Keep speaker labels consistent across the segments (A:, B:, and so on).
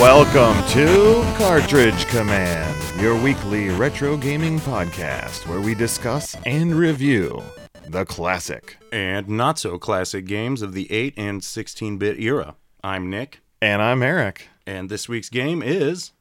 A: Welcome to Cartridge Command, your weekly retro gaming podcast where we discuss and review the classic.
B: and not so classic games of the 8 and 16 bit era. I'm Nick,
A: And I'm Eric.
B: and this week's game is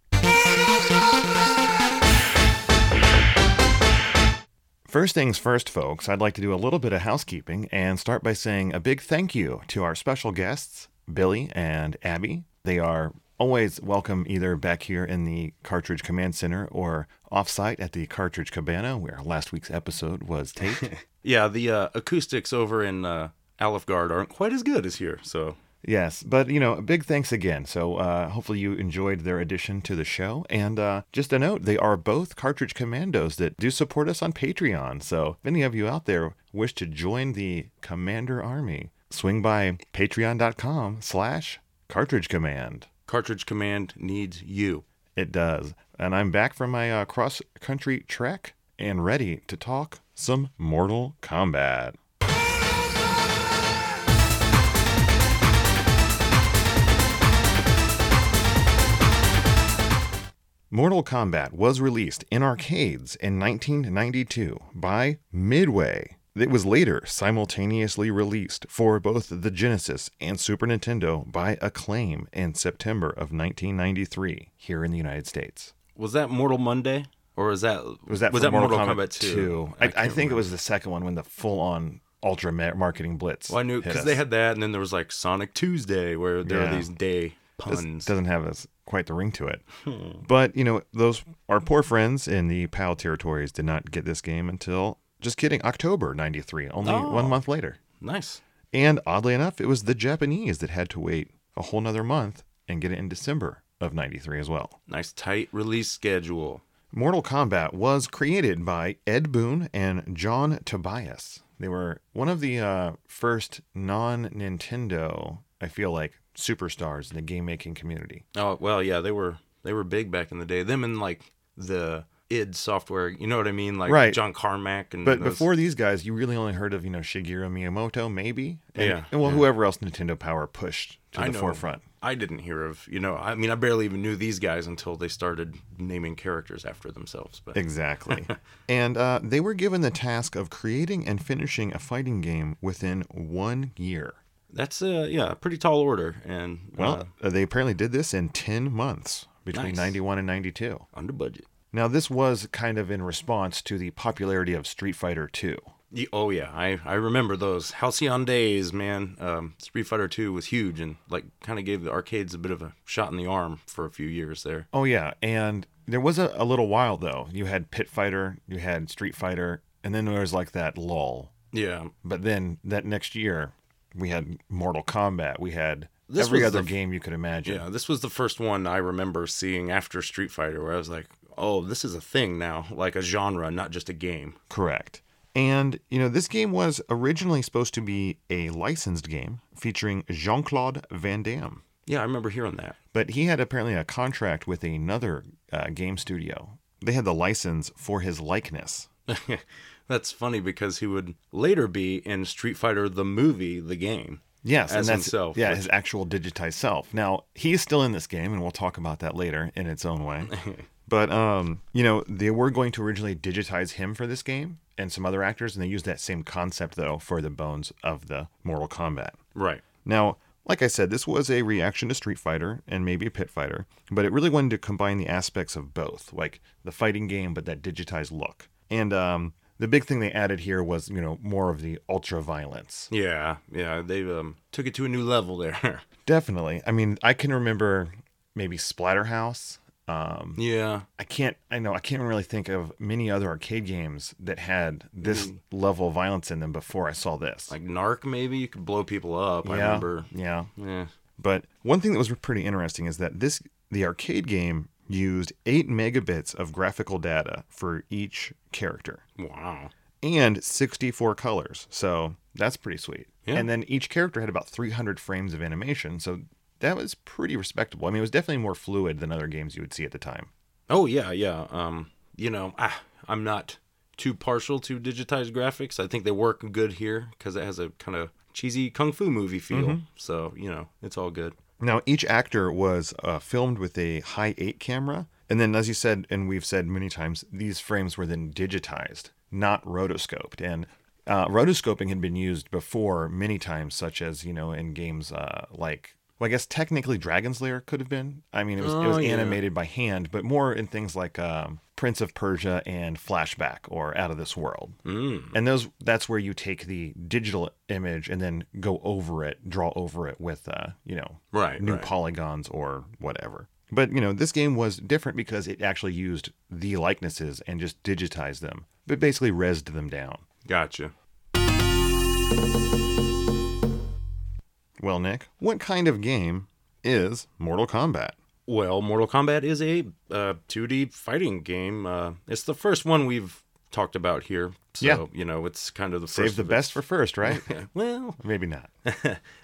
A: First things first, folks, I'd like to do a little bit of housekeeping and start by saying a big thank you to our special guests, Billy and Abby. They are always welcome either back here in the Cartridge Command Center or offsite at the Cartridge Cabana, where last week's episode was taped.
B: yeah, the uh, acoustics over in uh, Alfgard aren't quite as good as here. So,
A: Yes, but you know, big thanks again. So uh, hopefully you enjoyed their addition to the show. And uh, just a note, they are both Cartridge Commandos that do support us on Patreon. So if any of you out there wish to join the Commander Army, swing by patreon.com slash cartridge command.
B: Cartridge Command needs you.
A: It does. And I'm back from my uh, cross-country trek and ready to talk some Mortal Kombat. Mortal Kombat was released in arcades in 1992 by Midway. It was later simultaneously released for both the Genesis and Super Nintendo by Acclaim in September of 1993 here in the United States.
B: Was that Mortal Monday? Or is that
A: Was that, for Mortal, Kombat, 2? I, I, think it was the second one when the full on ultra ma- marketing blitz.
B: Well, I knew
A: hit
B: because
A: us.
B: they had that, and then there was like Sonic Tuesday, where there
A: Yeah.
B: are these day
A: This
B: puns.
A: doesn't have as quite the ring to it. But you know, those our poor friends in the PAL territories did not get this game until just kidding, October '93, only
B: Oh.
A: one month later.
B: nice.
A: And oddly enough, it was the Japanese that had to wait a whole nother month and get it in December of '93 as well.
B: Nice tight release schedule.
A: Mortal Kombat was created by Ed Boon and John Tobias. They were one of the uh, first non Nintendo, I feel like, superstars in the game making community.
B: Oh well, yeah, they were they were big back in the day. Them and like the id software, you know what I mean? Like
A: Right.
B: John Carmack and
A: But
B: those-
A: before these guys, you really only heard of, you know, Shigeru Miyamoto, maybe? And,
B: Yeah,
A: and, well,
B: yeah.
A: whoever else Nintendo Power pushed to
B: I
A: the
B: know.
A: forefront.
B: I didn't hear of you know. I mean, I barely even knew these guys until they started naming characters after themselves. But
A: Exactly. and uh, they were given the task of creating and finishing a fighting game within one year.
B: that's uh yeah, a pretty tall order and
A: Well,
B: uh,
A: uh, they apparently did this in 10 months between
B: Nice.
A: 91 and 92.
B: under budget.
A: Now, this was kind of in response to the popularity of Street Fighter II.
B: Ye- Oh yeah, I, I remember those halcyon days, man. Um, Street Fighter Two was huge and like kind of gave the arcades a bit of a shot in the arm for a few years there.
A: Oh, yeah. And there was a, a little while, though. You had Pit Fighter, you had Street Fighter, and then there was like that lull.
B: Yeah,
A: But then that next year, we had Mortal Kombat. We had
B: This
A: every
B: was
A: other
B: the-
A: game you could imagine.
B: Yeah, this was the first one I remember seeing after Street Fighter where I was like, oh, this is a thing now, like a genre, not just a game.
A: Correct. And, you know, this game was originally supposed to be a licensed game featuring Jean Claude Van Damme.
B: Yeah, I remember hearing that.
A: But he had apparently a contract with another uh, game studio. They had the license for his likeness.
B: That's funny because he would later be in Street Fighter the movie, the game.
A: Yes, and
B: As
A: that's
B: himself,
A: yeah,
B: which-
A: his actual digitized self. Now he is still in this game, and we'll talk about that later in its own way. but um, you know, they were going to originally digitize him for this game and some other actors, and they used that same concept though for the bones of the Mortal Kombat.
B: Right.
A: Now, like I said, this was a reaction to Street Fighter and maybe a Pit Fighter, but it really wanted to combine the aspects of both, like the fighting game, but that digitized look. And um, the big thing they added here was, you know, more of the ultra violence.
B: Yeah, yeah, they um, took it to a new level there.
A: Definitely. I mean, I can remember maybe Splatterhouse. Um,
B: yeah,
A: I can't. I know I can't really think of many other arcade games that had this level of violence in them before I saw this.
B: Hmm. like Narc, maybe you could blow people up. I
A: yeah,
B: remember.
A: yeah.
B: Yeah.
A: But one thing that was pretty interesting is that this the arcade game used 8 megabits of graphical data for each character
B: Wow.
A: and 64 colors. So that's pretty sweet.
B: Yeah.
A: And then each character had about 300 frames of animation, so that was pretty respectable. I mean, it was definitely more fluid than other games you would see at the time.
B: Oh yeah, yeah. Um, you know, ah, I'm not too partial to digitized graphics. I think they work
A: Mm-hmm.
B: good here because it has a kind of cheesy kung fu movie feel. So you know, it's all good.
A: Now, each actor was uh, filmed with a high 8 camera. And then, as you said, and we've said many times, these frames were then digitized, not rotoscoped. And uh, rotoscoping had been used before many times, such as, you know, in games uh, like, well, I guess technically Dragon's Lair could have been. I mean, it was, it was
B: Oh, yeah.
A: animated by hand, but more in things like um, Prince of Persia and Flashback or Out of This World.
B: Mm.
A: And those that's where you take the digital image and then go over it, draw over it with, uh, you know,
B: Right.
A: new
B: right.
A: polygons or whatever. But you know, this game was different because it actually used the likenesses and just digitized them, but basically resed them down.
B: gotcha.
A: Well, Nick, what kind of game is Mortal Kombat?
B: Well, Mortal Kombat is a uh, 2D fighting game. Uh, it's the first one we've talked about here. So,
A: Yeah.
B: you know, it's kind of the
A: Save
B: first
A: the
B: of
A: best for first, right?
B: it. Well,
A: Maybe not.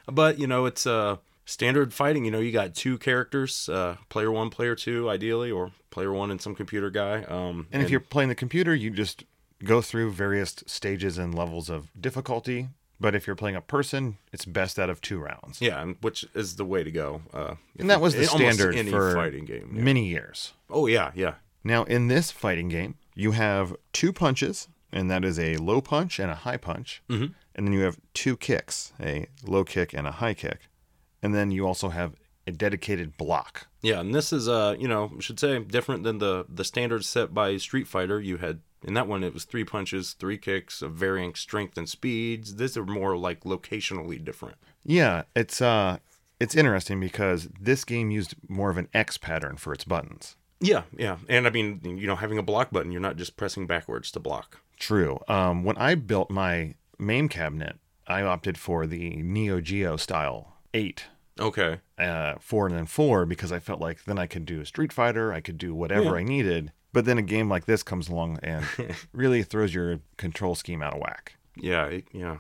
B: but you know it's uh standard fighting you know you got two characters uh player one player two ideally or player one and some computer guy um
A: And if you're playing the computer, you just go through various stages and levels of difficulty. But if you're playing a person, it's best out of two rounds.
B: yeah and which is the way to go uh
A: And that was the
B: in almost
A: standard
B: any
A: for
B: fighting game yeah.
A: Many years.
B: oh yeah yeah
A: Now, in this fighting game, you have two punches, and that is a low punch and a high punch. Mm-hmm. And then you have two kicks, a low kick and a high kick. And then you also have a dedicated block.
B: yeah and this is uh you know I should say different than the the standard set by street fighter you had in that one it was three punches three kicks of varying strength and speeds these are more like locationally different
A: Yeah, it's uh it's interesting because this game used more of an X pattern for its buttons.
B: yeah yeah and i mean you know having a block button you're not just pressing backwards to block
A: True. Um, when I built my MAME cabinet, I opted for the Neo Geo style 8
B: okay
A: uh, four and then four because I felt like then I could do Street Fighter, I could do whatever I needed. But then a game like this comes along and really throws your control scheme out of whack.
B: yeah it, yeah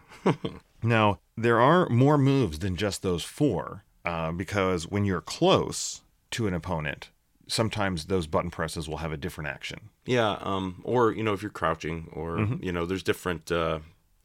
A: Now, there are more moves than just those four uh, because when you're close to an opponent, sometimes those button presses will have a different action.
B: Yeah, um, or you know, if you're crouching, or you know, there's different uh,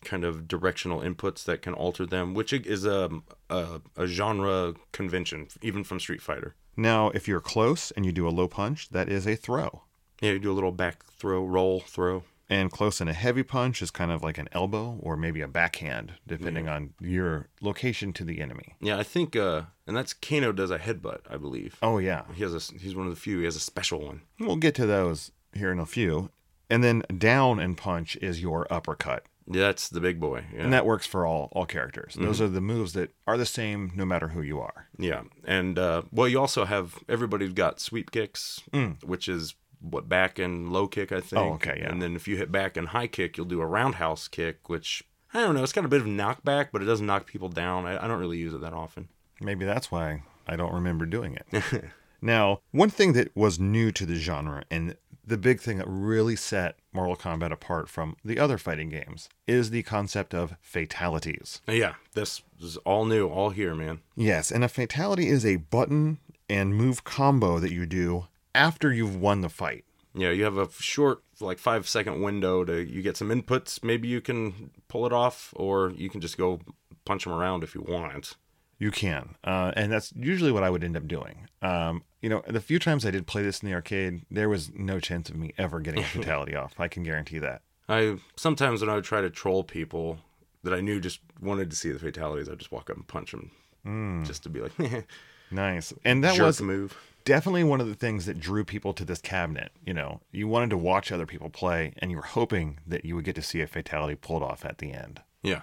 B: kind of directional inputs that can alter them, which is um, a a genre convention, even from Street Fighter.
A: Now, if you're close and you do a low punch, that is a throw.
B: Yeah, you do a little back throw, roll, throw.
A: And close and a heavy punch is kind of like an elbow or maybe a backhand, depending on your location to the enemy.
B: Yeah, I think, uh, and that's Kano does a headbutt, I believe.
A: Oh, yeah.
B: He has a he's one of the few. He has a special one.
A: We'll get to those here in a few. And then down and punch is your uppercut.
B: Yeah, that's the big boy. Yeah.
A: And that works for all all characters. Those are the moves that are the same no matter who you are.
B: Yeah, and uh, well, you also have everybody's got sweep kicks, which is what back and low kick, I think.
A: Mm. Oh, okay, yeah.
B: And then if you hit back and high kick, you'll do a roundhouse kick, which I don't know. It's got a bit of knockback, but it doesn't knock people down. I, I don't really use it that often.
A: Maybe that's why I don't remember doing it. now, one thing that was new to the genre and the big thing that really set Mortal Kombat apart from the other fighting games is the concept of fatalities.
B: Yeah, this is all new, all here, man.
A: Yes, and a fatality is a button and move combo that you do after you've won the fight.
B: Yeah, you have a short, like five second window to you get some inputs. Maybe you can pull it off, or you can just go punch them around if you want.
A: You can, uh, and that's usually what I would end up doing. Um, you know, the few times I did play this in the arcade, there was no chance of me ever getting a fatality off. I can guarantee that.
B: I sometimes when I would try to troll people that I knew just wanted to see the fatalities, I'd just walk up and punch them just to be like, "Heh,
A: Nice, and that
B: jerk
A: was
B: move.
A: definitely one of the things that drew people to this cabinet. You know, you wanted to watch other people play, and you were hoping that you would get to see a fatality pulled off at the end.
B: Yeah.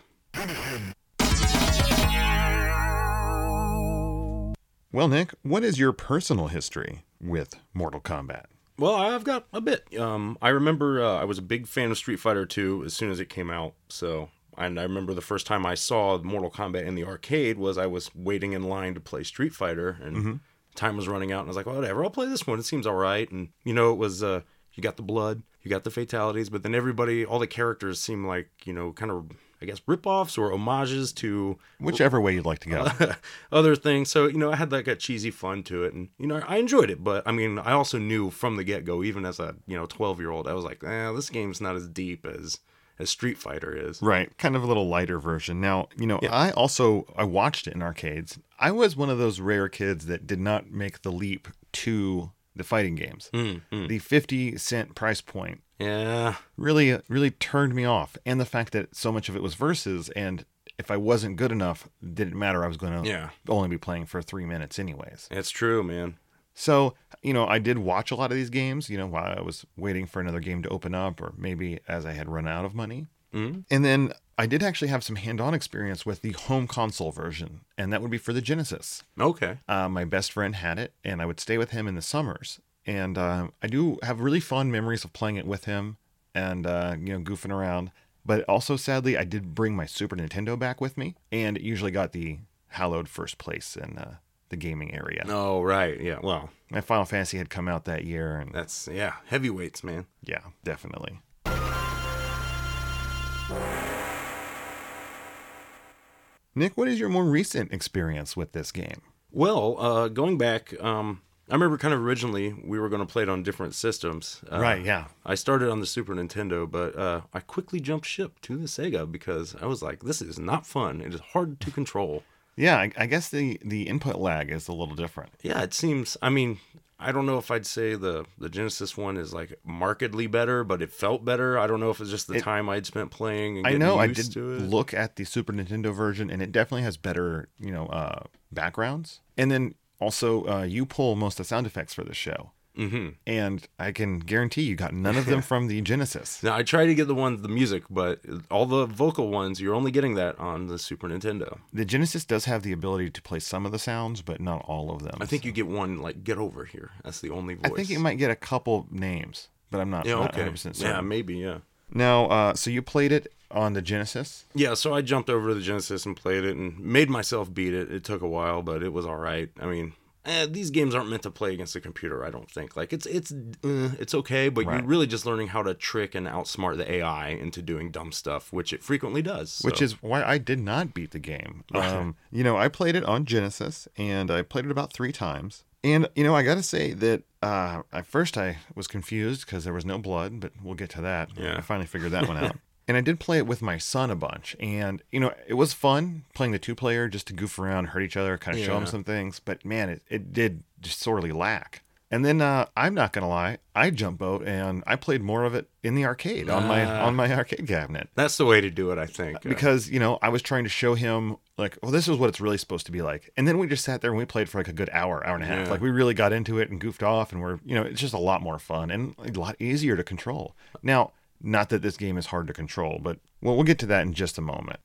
A: Well, Nick, what is your personal history with Mortal Kombat?
B: Well, I've got a bit. Um, I remember uh, I was a big fan of Street Fighter 2 as soon as it came out. So, and I remember the first time I saw Mortal Kombat in the arcade was I was waiting in line to play Street Fighter, and time was running out, and I was like, well, whatever, I'll play this one. It seems all right. And you know, it was uh, you got the blood, you got the fatalities, but then everybody, all the characters seem like you know, kind of. I guess rip-offs or homages to
A: Whichever way you'd like to go.
B: other things. So, you know, I had like a cheesy fun to it and, you know, I enjoyed it. But I mean, I also knew from the get go, even as a, you know, 12 year old, I was like, eh, this game's not as deep as as Street Fighter is.
A: Right, kind of a little lighter version. Now, you know,
B: Yeah.
A: I also I watched it in arcades. I was one of those rare kids that did not make the leap to the fighting games.
B: Mm, mm.
A: The 50 cent price point
B: Yeah.
A: really really turned me off and the fact that so much of it was versus and if I wasn't good enough, didn't matter. I was going to
B: Yeah.
A: only be playing for 3 minutes anyways.
B: It's true, man.
A: So, you know, I did watch a lot of these games, you know, while I was waiting for another game to open up or maybe as I had run out of money.
B: Mm.
A: And then I did actually have some hand on experience with the home console version, and that would be for the Genesis.
B: Okay.
A: Uh, my best friend had it, and I would stay with him in the summers. And uh, I do have really fond memories of playing it with him and, uh, you know, goofing around. But also, sadly, I did bring my Super Nintendo back with me and it usually got the hallowed first place in uh, the gaming area.
B: Oh, right. Yeah. Well,
A: My Final Fantasy had come out that year, and
B: that's, yeah, heavyweights, man.
A: yeah, definitely. Nick, what is your more recent experience with this game?
B: Well, uh, going back, um, I remember kind of originally we were going to play it on different systems. Uh,
A: yeah.
B: I started on the Super Nintendo, but uh, I quickly jumped ship to the Sega because I was like, this is not fun. It is hard to control.
A: Yeah, I, I guess the, the input lag is a little different.
B: Yeah, it seems. I mean, I don't know if I'd say the the Genesis one is like markedly better, but it felt better. I don't know if it's just the
A: It-
B: time I'd spent playing. And
A: I
B: getting
A: know I
B: used
A: did
B: to it.
A: look at the Super Nintendo version, and it definitely has better, you know, uh, backgrounds. And then also, uh, you pull most of the sound effects for this show,
B: Mm-hmm.
A: and I can guarantee you got none of them from the Genesis.
B: Now I try to get the ones the music, but all the vocal ones you're only getting that on the Super Nintendo.
A: The Genesis does have the ability to play some of the sounds, but not all of them.
B: I think you get one like "Get Over Here." That's the only
A: I
B: voice.
A: think it might get a couple names, but I'm not,
B: Yeah.
A: not
B: Okay.
A: 100%
B: Yeah.
A: certain.
B: Maybe. Yeah.
A: Now, uh, so you played it on the Genesis.
B: Yeah, so I jumped over to the Genesis and played it and made myself beat it. It took a while, but it was all right. I mean, eh, these games aren't meant to play against the computer, I don't think. Like it's it's uh, it's okay, but
A: Right.
B: you're really just learning how to trick and outsmart the AI into doing dumb stuff, which it frequently does. so-
A: Which is why I did not beat the game. Um, you know, I played it on Genesis and I played it about three times. And, you know, I got to say that uh, at first I was confused because there was no blood, but we'll get to that.
B: Yeah.
A: I finally figured that one out. And I did play it with my son a bunch. And, you know, it was fun playing the two player just to goof around, hurt each other, kind of show them
B: Yeah.
A: some things. But man, it, it did just sorely lack. And then uh, I'm not gonna lie, I jump boat and I played more of it in the arcade on my
B: Ah.
A: on my arcade cabinet
B: that's the way to do it, I think. Uh,
A: because you know I was trying to show him like, well, this is what it's really supposed to be like. And then we just sat there and we played for like a good hour, hour and a half.
B: Yeah.
A: Like we really got into it and goofed off, and we're you know it's just a lot more fun and a lot easier to control. Now, not that this game is hard to control, but well, we'll get to that in just a moment.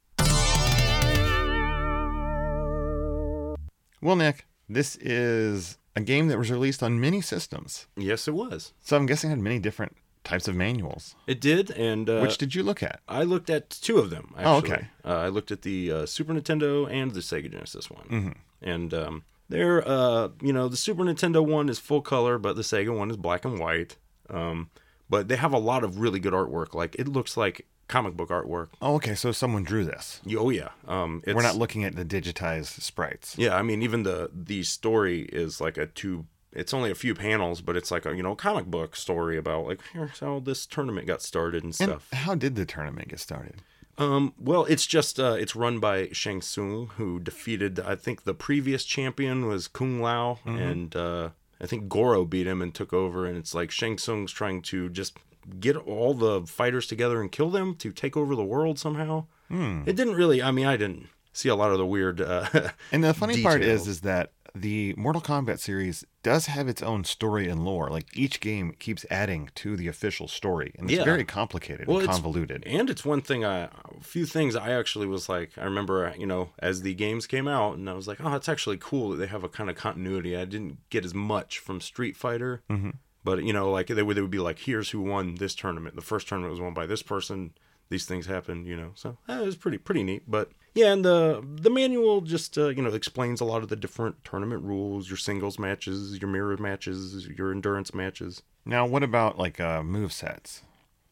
A: Well, Nick, this is a game that was released on many systems,
B: yes, it was.
A: so I'm guessing it had many different types of manuals.
B: It did, and uh,
A: Which did you look at?
B: I looked at two of them. Actually.
A: Oh, okay.
B: Uh, I looked at the uh, Super Nintendo and the Sega Genesis one,
A: Mm-hmm.
B: and um, they're uh, you know the Super Nintendo one is full color, but the Sega one is black and white. Um, but they have a lot of really good artwork. Like it looks like comic book artwork.
A: Oh, okay, so someone drew this.
B: Y- Oh yeah. Um, it's,
A: We're not looking at the digitized sprites.
B: Yeah, I mean even the the story is like a two. It's only a few panels, but it's like a you know comic book story about like here's how this tournament got started and
A: And
B: stuff.
A: how did the tournament get started?
B: Um, well, it's just uh, it's run by Shang Tsung, who defeated I think the previous champion was Kung Lao, and uh, I think Goro beat him and took over. And it's like Shang Tsung's trying to just get all the fighters together and kill them to take over the world somehow. It didn't really. I mean, I didn't see a lot of the weird. Uh,
A: And the funny part is,
B: Details.
A: is that the Mortal Kombat series does have its own story and lore. Like each game keeps adding to the official story, and it's
B: Yeah.
A: very complicated
B: Well,
A: and
B: it's-
A: convoluted.
B: And it's one thing I, a few things I actually was like, I remember, uh, you know, as the games came out, and I was like, oh, it's actually cool that they have a kind of continuity. I didn't get as much from Street Fighter, but you know, like they would, they would be like, here's who won this tournament. The first tournament was won by this person. These things happened, you know. So eh, it was pretty, pretty neat. But yeah, and the the manual just uh, you know explains a lot of the different tournament rules, your singles matches, your mirror matches, your endurance matches.
A: Now, what about like uh, move sets?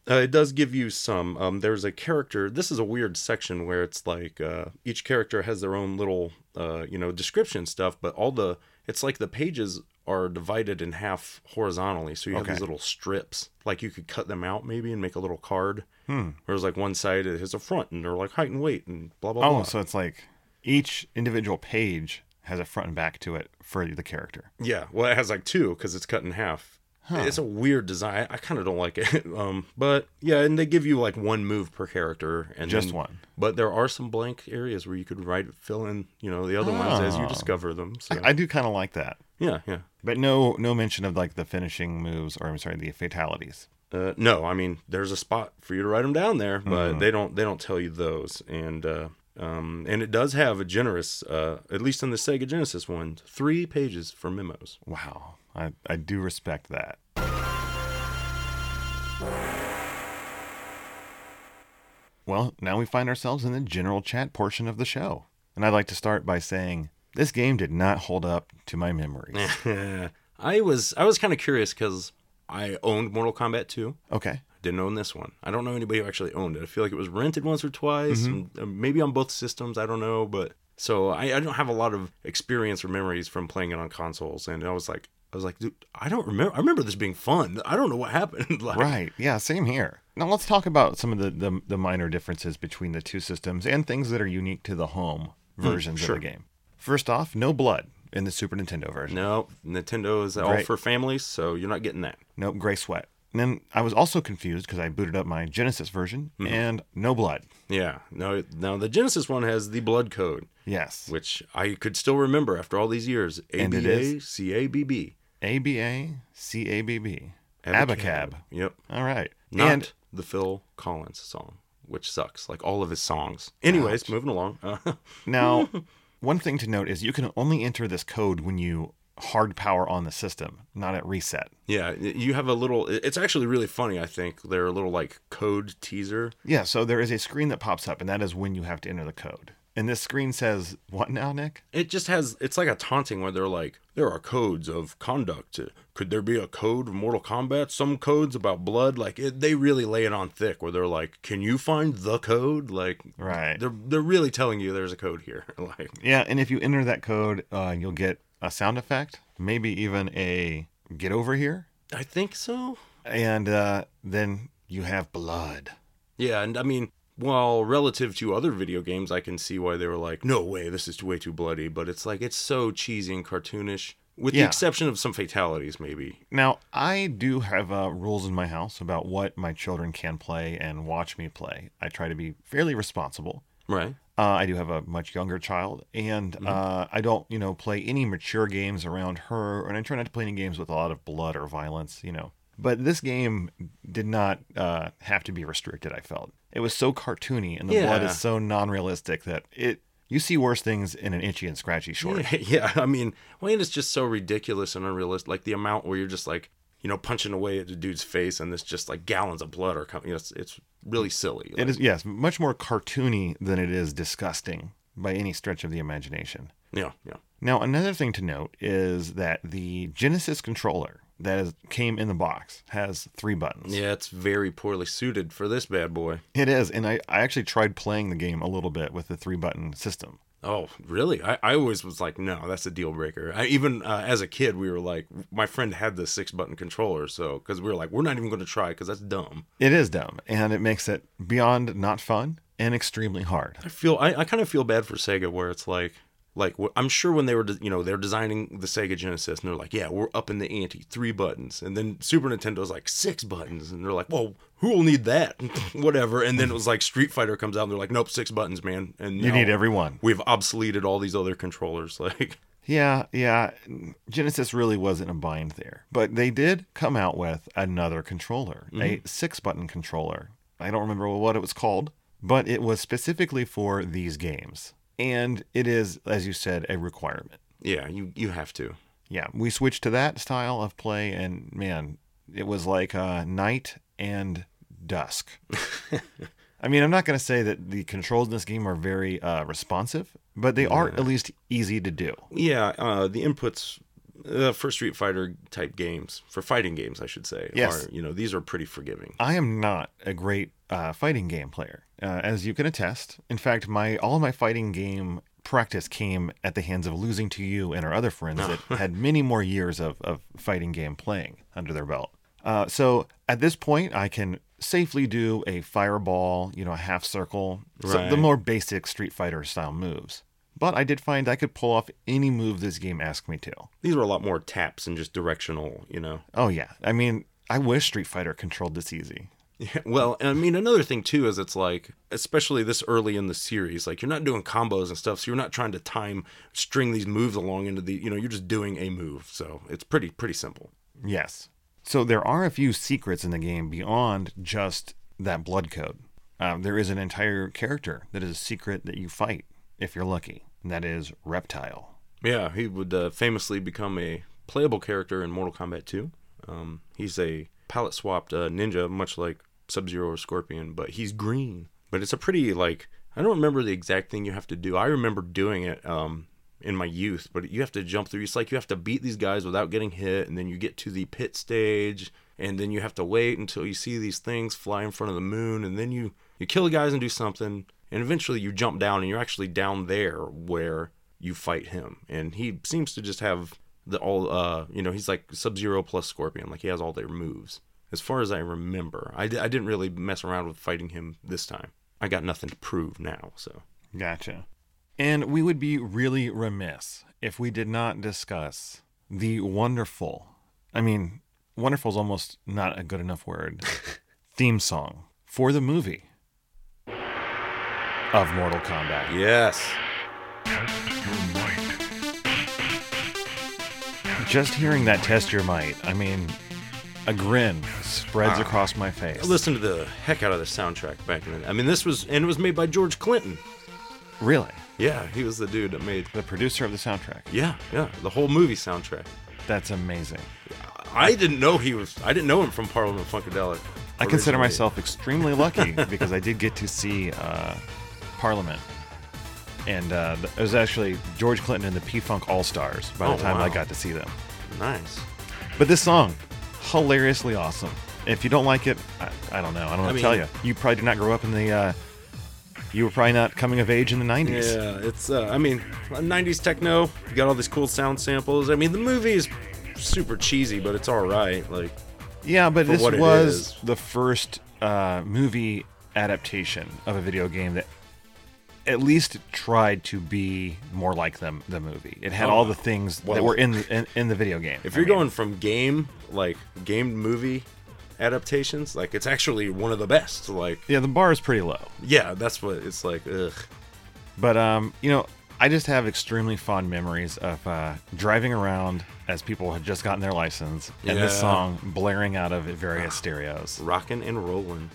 B: Uh, it does give you some. Um, there's a character. This is a weird section where it's like uh, each character has their own little, uh, you know, description stuff, but all the it's like the pages are divided in half horizontally. So you have
A: Okay.
B: these little strips. Like you could cut them out maybe and make a little card. Hmm. Whereas like one side it has a front and they're like height and weight and blah blah
A: Oh,
B: blah.
A: so it's like each individual page has a front and back to it for the character.
B: Yeah, well, it has like two because it's cut in half. It's a weird design. I kind of don't like it. Um, but yeah, and they give you like one move per character, and
A: Just
B: then-
A: one.
B: But there are some blank areas where you could write fill in, you know, the other ones as you
A: Oh.
B: discover them. So
A: I do kind of like that,
B: yeah, yeah.
A: but no, no mention of like the finishing moves or I'm sorry, the fatalities.
B: Uh, no, I mean there's a spot for you to write them down there, but they don't they don't tell you those. And uh, um, and it does have a generous, uh, at least in the Sega Genesis one, three pages for memos.
A: Wow, I, I do respect that. Well, now we find ourselves in the general chat portion of the show. And I'd like to start by saying this game did not hold up to my memories.
B: I was I was kind of curious because I owned Mortal Kombat 2.
A: okay.
B: Didn't own this one. I don't know anybody who actually owned it. I feel like it was rented once or twice,
A: Mm-hmm.
B: and, uh, maybe on both systems. I don't know, but so I, I don't have a lot of experience or memories from playing it on consoles. And I was like, I was like, dude, I don't remember. I remember this being fun. I don't know what happened. like,
A: Right. Yeah, same here. Now let's talk about some of the, the, the minor differences between the two systems and things that are unique to the home versions
B: sure.
A: of the game. First off, no blood in the Super Nintendo version.
B: No, Nintendo is all
A: Right.
B: for families, so you're not getting that.
A: Nope, gray sweat. And then I was also confused because I booted up my Genesis version and no blood.
B: Yeah. No. Now the Genesis one has the blood code,
A: Yes.
B: which I could still remember after all these years. A
A: And it
B: B A C A B B.
A: A B A C A B B. Abacab.
B: Yep.
A: All right.
B: Not
A: And
B: the Phil Collins song, which sucks. Like all of his songs. Anyways, moving along. Uh,
A: now, one thing to note is you can only enter this code when you hard power on the system, not at reset.
B: yeah, you have a little. It's actually really funny. I think they're a little like code teaser.
A: Yeah, so there is a screen that pops up, and that is when you have to enter the code. And this screen says, What now, Nick?
B: It just has. It's like a taunting where they're like, there are codes of conduct. Could there be a code of Mortal Kombat? Some codes about blood. Like it, they really lay it on thick. Where they're like, can you find the code? Like
A: Right.
B: they're they're really telling you there's a code here. like
A: Yeah, and if you enter that code, uh, you'll get a sound effect, maybe even a get over here.
B: I think so.
A: and uh, then you have blood.
B: Yeah, and I mean, while relative to other video games, I can see why they were like, no way, this is way too bloody. But it's like, it's so cheesy and cartoonish, with the
A: Yeah.
B: exception of some fatalities, maybe.
A: Now, I do have uh, rules in my house about what my children can play and watch me play. I try to be fairly responsible.
B: Right.
A: Uh, I do have a much younger child, and uh, I don't, you know, play any mature games around her, and I try not to play any games with a lot of blood or violence, you know. But this game did not uh, have to be restricted. I felt it was so cartoony, and the blood
B: Yeah.
A: is so non-realistic that it you see worse things in an itchy and scratchy short.
B: Yeah, yeah, I mean, Wayne is just so ridiculous and unrealistic. Like the amount where you're just like, you know, punching away at the dude's face, and this just like gallons of blood are coming. You know, it's, it's really silly.
A: It is yes, much more cartoony than it is disgusting by any stretch of the imagination.
B: Yeah, yeah.
A: Now, another thing to note is that the Genesis controller that is, came in the box has three buttons.
B: Yeah, it's very poorly suited for this bad boy.
A: It is, and I, I actually tried playing the game a little bit with the three button system.
B: Oh, really? I, I always was like, no, that's a deal breaker. I, even uh, as a kid, we were like, my friend had the six button controller, so because we were like, we're not even going to try because that's dumb.
A: It is dumb, and it makes it beyond not fun and extremely hard.
B: I feel I, I kind of feel bad for Sega where it's like, like wh- I'm sure when they were de- you know they're designing the Sega Genesis and they're like, yeah, we're upping the ante, three buttons, and then Super Nintendo's like six buttons, and they're like, well, who will need that? Whatever. And then it was like Street Fighter comes out, and they're like, nope, six buttons, man. And
A: You
B: now
A: need every one.
B: We've obsoleted all these other controllers, like.
A: Yeah, yeah. Genesis really wasn't a bind there, but they did come out with another controller, a six button controller. I don't remember what it was called, but it was specifically for these games. And it is, as you said, a requirement.
B: Yeah, you, you have to.
A: Yeah, we switched to that style of play, and man, it was like uh, night and dusk. I mean, I'm not going to say that the controls in this game are very uh, responsive, but they are at least easy to do.
B: Yeah, uh, the inputs uh, for Street Fighter type games, for fighting games, I should say,
A: Yes.
B: are you know these are pretty forgiving.
A: I am not a great uh, fighting game player, uh, as you can attest. In fact, my all my fighting game practice came at the hands of losing to you and our other friends that had many more years of, of fighting game playing under their belt. Uh, so at this point, I can safely do a fireball, you know, a half circle, so the
B: Right.
A: more basic Street Fighter style moves. But I did find I could pull off any move this game asked me to.
B: These were a lot more taps and just directional, you know.
A: Oh, yeah. I mean, I wish Street Fighter controlled this easy.
B: Yeah, well, and I mean, another thing too is it's like, especially this early in the series, like you're not doing combos and stuff, so you're not trying to time string these moves along into the, you know, you're just doing a move, so it's pretty pretty simple.
A: Yes. So there are a few secrets in the game beyond just that blood code. Um, there is an entire character that is a secret that you fight if you're lucky, and that is Reptile.
B: Yeah, he would uh, famously become a playable character in Mortal Kombat 2. Um, he's a palette swapped uh, ninja, much like Sub Zero or Scorpion, but he's green. But it's a pretty, like, I don't remember the exact thing you have to do. I remember doing it um, in my youth, but you have to jump through. It's like you have to beat these guys without getting hit, and then you get to the pit stage, and then you have to wait until you see these things fly in front of the moon, and then you, you kill the guys and do something, and eventually you jump down, and you're actually down there where you fight him and he seems to just have the all uh you know he's like sub zero plus scorpion like he has all their moves as far as i remember I, di- I didn't really mess around with fighting him this time i got nothing to prove now so
A: Gotcha. And we would be really remiss if we did not discuss the wonderful, I mean, wonderful is almost not a good enough word, theme song for the movie of Mortal Kombat.
B: yes
A: Just hearing that test your might, I mean, a grin spreads across my face.
B: Ah. listen to the heck out of the soundtrack back in the i mean this was and it was made by george clinton
A: Really?
B: yeah he was the dude that made
A: The producer of the soundtrack.
B: yeah yeah the whole movie soundtrack
A: That's amazing.
B: i didn't know he was i didn't know him from parliament funkadelic
A: I consider
B: originally.
A: myself extremely lucky because I did get to see uh, Parliament. And uh, th- it was actually George Clinton and the P Funk All Stars by the
B: Oh,
A: time I
B: wow.
A: got to see them.
B: nice
A: But this song, hilariously awesome. If you don't like it, I, I don't know. I don't know what to tell
B: mean-
A: you. You probably did not grow up in the. Uh, you were probably not coming of age in the 90s.
B: Yeah, it's uh, I mean, 90s techno. You got all these cool sound samples. I mean, the movie is super cheesy, but it's all right. Like,
A: Yeah, but
B: for
A: this
B: what it
A: was
B: is.
A: the first uh, movie adaptation of a video game that at least tried to be more like them the movie. It had all the things that
B: well.
A: were in, in in the video game.
B: Oh, if you're going from game, like game to movie adaptations, like it's actually one of the best. Like,
A: yeah, the bar is pretty low.
B: yeah, that's what it's like. Ugh.
A: But um, you know, I just have extremely fond memories of uh, driving around as people had just gotten their license and this
B: Yeah. Ah,
A: song blaring out of various stereos.
B: Rockin' and rollin'.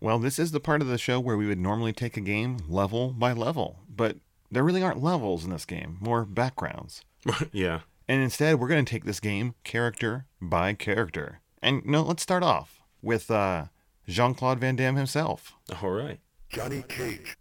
A: Well, this is the part of the show where we would normally take a game level by level, but there really aren't levels in this game, more backgrounds.
B: yeah.
A: And instead, we're going to take this game character by character. And no, let's start off with uh, Jean Claude Van Damme himself,
B: All right.
C: Johnny Cage,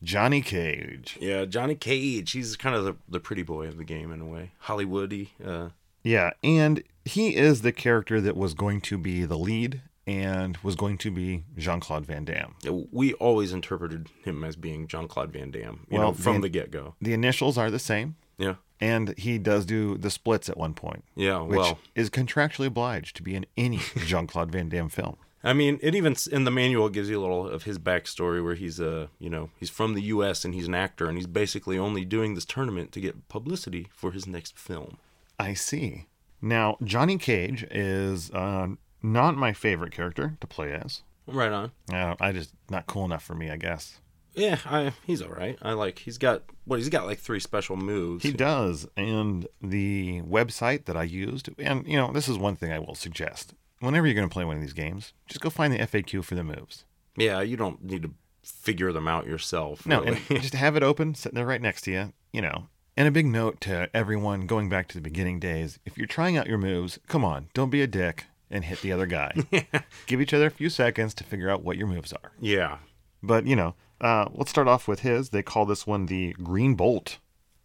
A: Johnny Cage.
B: Yeah, Johnny Cage. He's kind of the, the pretty boy of the game in a way. Hollywoody. Uh,
A: Yeah, and he is the character that was going to be the lead and was going to be Jean Claude Van Damme.
B: we always interpreted him as being John Claude Van Damme, you
A: Well,
B: know, from
A: Van-
B: the get go.
A: The initials are the same,
B: Yeah.
A: and he does do the splits at one point,
B: Yeah.
A: which
B: Well,
A: is contractually obliged to be in any Jean Claude Van Damme film.
B: I mean, it even s- in the manual gives you a little of his backstory where he's uh, you know, he's from the U.S. and he's an actor and he's basically only doing this tournament to get publicity for his next film.
A: I see. Now, Johnny Cage is uh, not my favorite character to play as.
B: Right on.
A: Uh, I just not cool enough for me, I guess.
B: Yeah, I, he's all right. I like he's got what he's got like three special moves.
A: He does, and the website that I used, and you know, this is one thing I will suggest. Whenever you're going to play one of these games, just go find the FAQ for the moves.
B: yeah, you don't need to figure them out yourself.
A: No,
B: really.
A: and just have it open, sitting there right next to you. You know. And a big note to everyone going back to the beginning days: if you're trying out your moves, come on, don't be a dick and hit the other guy. Give each other a few seconds to figure out what your moves are.
B: yeah.
A: But you know, uh, let's start off with his. They call this one the Green Bolt.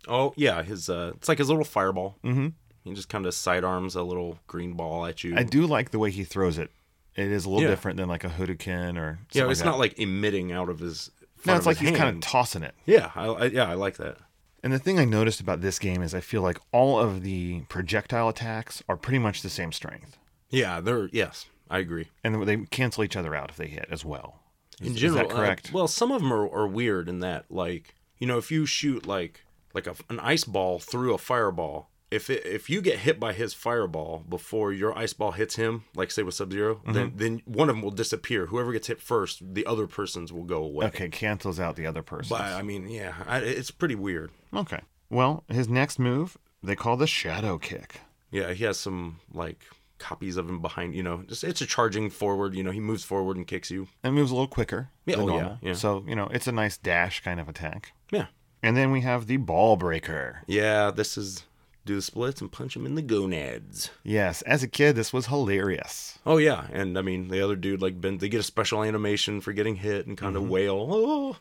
B: Oh yeah, his uh, it's like his little fireball. Mm-hmm. He just kind of sidearms a little green ball at you.
A: I do like the way he throws it. It is a little
B: Yeah.
A: different than like a Hadouken or something
B: yeah, it's
A: like
B: not
A: that.
B: like emitting out of his.
A: no,
B: front
A: it's
B: of
A: like
B: his
A: he's kind of
B: hand.
A: tossing it.
B: yeah, I, I, yeah, I like that.
A: And the thing I noticed about this game is I feel like all of the projectile attacks are pretty much the same strength,
B: Yeah, they're yes, I agree.
A: and they cancel each other out if they hit as well. Is,
B: in
A: is
B: general
A: that
B: uh,
A: correct?
B: well some of them are, are weird in that like you know if you shoot like like a, an ice ball through a fireball if it, if you get hit by his fireball before your ice ball hits him like say with sub 0
A: Mm-hmm.
B: then then one of them will disappear whoever gets hit first the other person's will go away
A: okay, cancels out the other person.
B: but i mean yeah I, it's pretty weird
A: Okay. Well, his next move they call the shadow kick.
B: yeah he has some like copies of him behind you know just it's a charging forward you know he moves forward and kicks you
A: It moves a little quicker
B: Yeah,
A: than
B: oh, yeah,
A: normal.
B: yeah.
A: So you know it's a nice dash kind of attack.
B: yeah
A: And then we have the ball breaker.
B: yeah this is do the splits and punch him in the gonads
A: Yes, as a kid, this was hilarious.
B: Oh yeah, and I mean the other dude like Ben, they get a special animation for getting hit and kind of wail. Oh,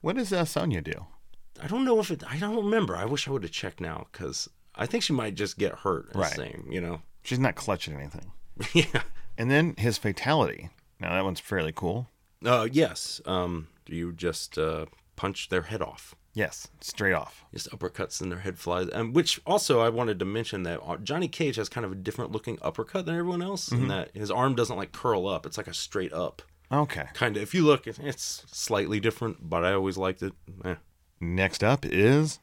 A: What does uh, Sonya do?
B: I don't know if it. I don't remember. I wish I would have checked now because I think she might just get hurt.
A: Right.
B: Right. Same, you know.
A: She's not clutching anything.
B: yeah.
A: And then his fatality. Now that one's fairly cool.
B: Uh, yes. Um, you just uh, punch their head off.
A: Yes, straight off.
B: Just uppercuts and their head flies. Um, which also I wanted to mention that uh, Johnny Cage has kind of a different looking uppercut than everyone else, in that his arm doesn't like curl up. It's like a straight up
A: Okay.
B: kind of. If you look, it- it's slightly different, but I always liked it. Eh.
A: Next up is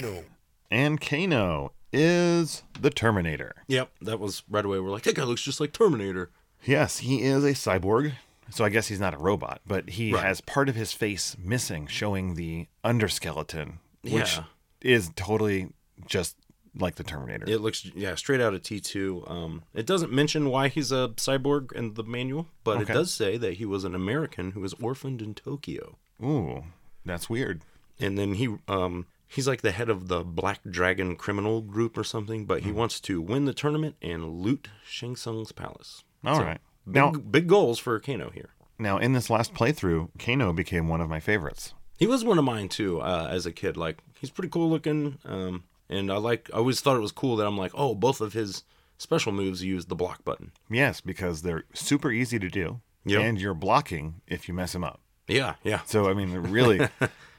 A: Kano. And Kano is the Terminator.
B: Yep, that was right away. We're like, that guy looks just like Terminator.
A: Yes, he is a cyborg. So I guess he's not a robot, but he
B: Right.
A: has part of his face missing, showing the underskeleton, which
B: Yeah.
A: is totally just like the Terminator.
B: It looks, yeah, straight out of T2. Um, it doesn't mention why he's a cyborg in the manual, but
A: Okay.
B: it does say that he was an American who was orphaned in Tokyo.
A: Ooh, that's weird.
B: And then he, um, he's like the head of the Black Dragon criminal group or something, but he
A: Hmm.
B: wants to win the tournament and loot Shang Tsung's palace.
A: All right.
B: Big,
A: Now,
B: big goals for Kano here.
A: now in this last playthrough, Kano became one of my favorites.
B: He was one of mine too uh, as a kid. Like he's pretty cool looking, um, and I like. I always thought it was cool that I'm like, oh, both of his special moves use the block button.
A: Yes, because they're super easy to do,
B: Yep.
A: and you're blocking if you mess him up.
B: Yeah, yeah,
A: So I mean, really,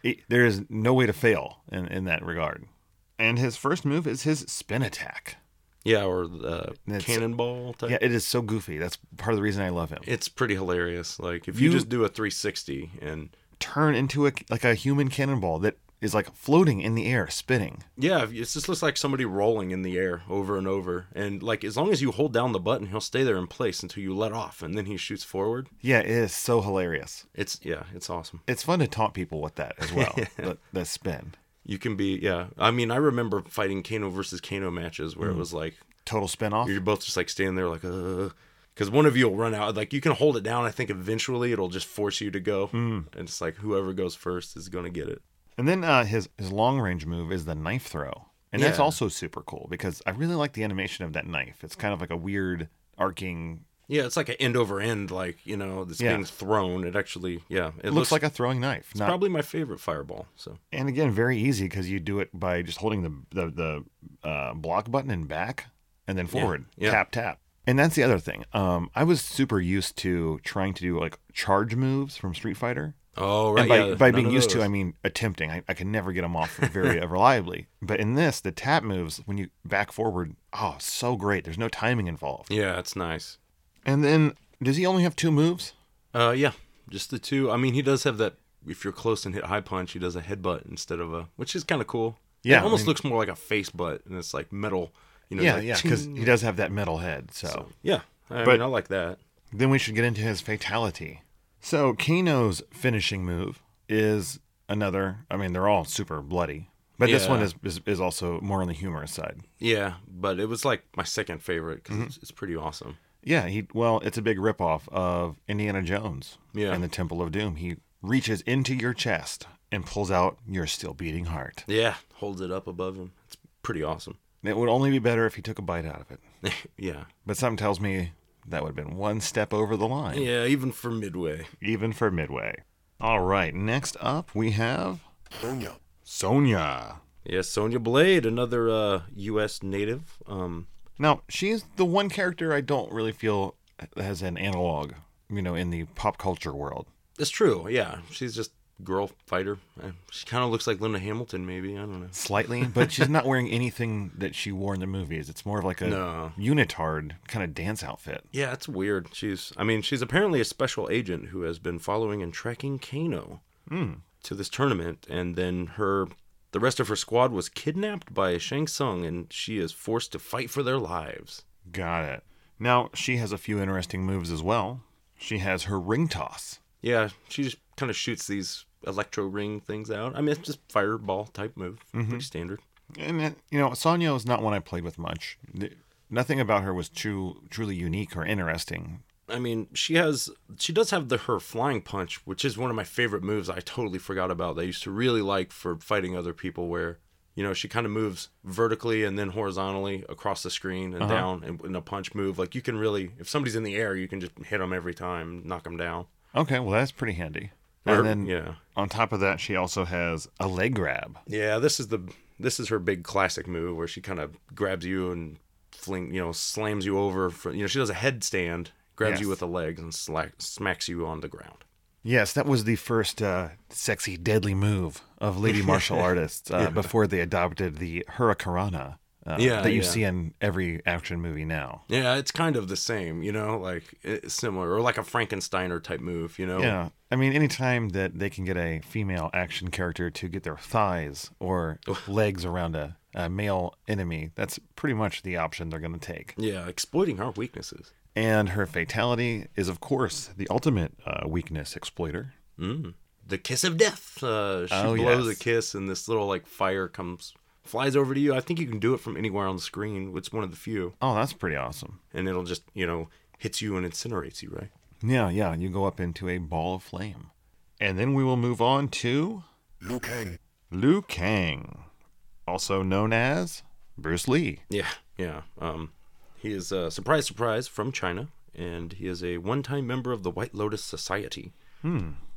A: it, there is no way to fail in, in that regard. And his first move is his spin attack.
B: yeah. Or the
A: That's-
B: cannonball. Type.
A: Yeah, it is so goofy. That's part of the reason I love him.
B: It's pretty hilarious. Like if you,
A: You-
B: just do a 360 and
A: Turn into a like a human cannonball that is like floating in the air, spinning.
B: yeah, it just looks like somebody rolling in the air over and over. And like as long as you hold down the button, he'll stay there in place until you let off, and then he shoots forward.
A: Yeah, it is so hilarious.
B: It's yeah, it's awesome.
A: It's fun to taunt people with that as well. the, the spin,
B: You can be yeah. I mean, I remember fighting Kano versus Kano matches
A: Mm.
B: where it was like
A: total spin off.
B: you're both just like standing there like uh because one of you will run out like you can hold it down i think eventually it'll just force you to go
A: Hmm.
B: and it's like whoever goes first is gonna get it
A: And then uh, his his long range move is the knife throw, and that's
B: Yeah.
A: also super cool because I really like the animation of that knife. It's kind of like a weird arcing.
B: yeah it's like an end over end like you know it's
A: Yeah.
B: being thrown it actually yeah it
A: It looks like a throwing knife, not
B: probably my favorite fireball so
A: and again very easy because you do it by just holding the the, the uh, block button and back and then forward
B: yeah.
A: tap tap and that's the other thing um, i was super used to trying to do like charge moves from street fighter
B: oh
A: and by, by being used to i mean attempting i, I can never get them off very reliably but in this the tap moves when you back forward oh so great there's no timing involved
B: yeah it's nice
A: and then does he only have two moves
B: uh yeah just the two i mean he does have that if you're close and hit high punch he does a headbutt instead of a which is kind of cool
A: Yeah, I
B: it almost
A: mean-
B: looks more like a face butt and it's like metal you know
A: yeah
B: like,
A: yeah because
B: ting.
A: he does have that metal head so.
B: yeah i
A: But-
B: mean i like that
A: Then we should get into his fatality. So Kano's finishing move is another. I mean, they're all super bloody, but this
B: Yeah.
A: one is, is is also more on the humorous side.
B: Yeah, but it was like my second favorite because it's, it's pretty awesome.
A: Yeah, he well, it's a big ripoff of Indiana Jones
B: Yeah.
A: and the Temple of Doom. He reaches into your chest and pulls out your still beating heart.
B: Yeah, holds it up above him. It's pretty awesome.
A: It would only be better if he took a bite out of it,
B: yeah,
A: but something tells me that would have been one step over the line,
B: yeah, even for Midway.
A: even for Midway. All right, next up we have Sonya. Sonya.
B: Yes, Sonya Blade, another uh, U.S. native. Um,
A: Now, she's the one character I don't really feel has an analog, you know, in the pop culture world.
B: it's true. Yeah, she's just girl fighter. Eh, She kind of looks like Linda Hamilton, maybe. I don't know.
A: Slightly, but she's not wearing anything that she wore in the movies. It's more of like a
B: No.
A: unitard kind of dance outfit.
B: Yeah, it's weird. She's, I mean, she's apparently a special agent who has been following and tracking Kano to this tournament, and then her, the rest of her squad was kidnapped by Shang Tsung, and she is forced to fight for their lives.
A: Got it. Now, she has a few interesting moves as well. She has her ring toss.
B: Yeah, she just kind of shoots these electro ring things out. I mean, it's just fireball type move, pretty standard.
A: And, it, you know, Sonya is not one I played with much. The- Nothing about her was too, truly unique or interesting.
B: I mean, she has she does have the her flying punch, which is one of my favorite moves. I totally forgot about. That I used to really like for fighting other people, where you know she kind of moves vertically and then horizontally across the screen
A: Uh-huh.
B: and down in, in a punch move. Like you can really, if somebody's in the air, you can just hit them every time, knock them down.
A: Okay, well, that's pretty handy.
B: Or-
A: And then
B: yeah,
A: on top of that, she also has a leg grab.
B: yeah. This is the this is her big classic move where she kind of grabs you and fling, you know, slams you over. For, you know, she does a headstand, grabs you
A: Yes.
B: with the legs and slack, smacks you on the ground.
A: Yes, that was the first uh, sexy, deadly move of lady martial artists uh, before they adopted the hurricanrana uh,
B: Yeah,
A: that you
B: yeah.
A: see in every action movie now.
B: Yeah, it's kind of the same, you know, like it's similar or like a Frankensteiner type move, you know.
A: Yeah, I mean, anytime that they can get a female action character to get their thighs or legs around a, a male enemy, that's pretty much the option they're going to take.
B: Yeah, exploiting our weaknesses.
A: And her fatality is, of course, the ultimate uh, weakness exploiter.
B: The kiss of death. Uh, she
A: Oh,
B: blows
A: yes.
B: a kiss and this little like fire comes flies over to you. I think you can do it from anywhere on the screen. It's one of the few.
A: Oh, that's pretty awesome.
B: And it'll just, you know, hits you and incinerates you, right?
A: Yeah, yeah, you go up into a ball of flame. And then we will move on to
C: Liu Kang,
A: Liu Kang, also known as Bruce Lee.
B: Yeah, yeah. Um he is uh surprise surprise from China and he is a one-time member of the White Lotus Society.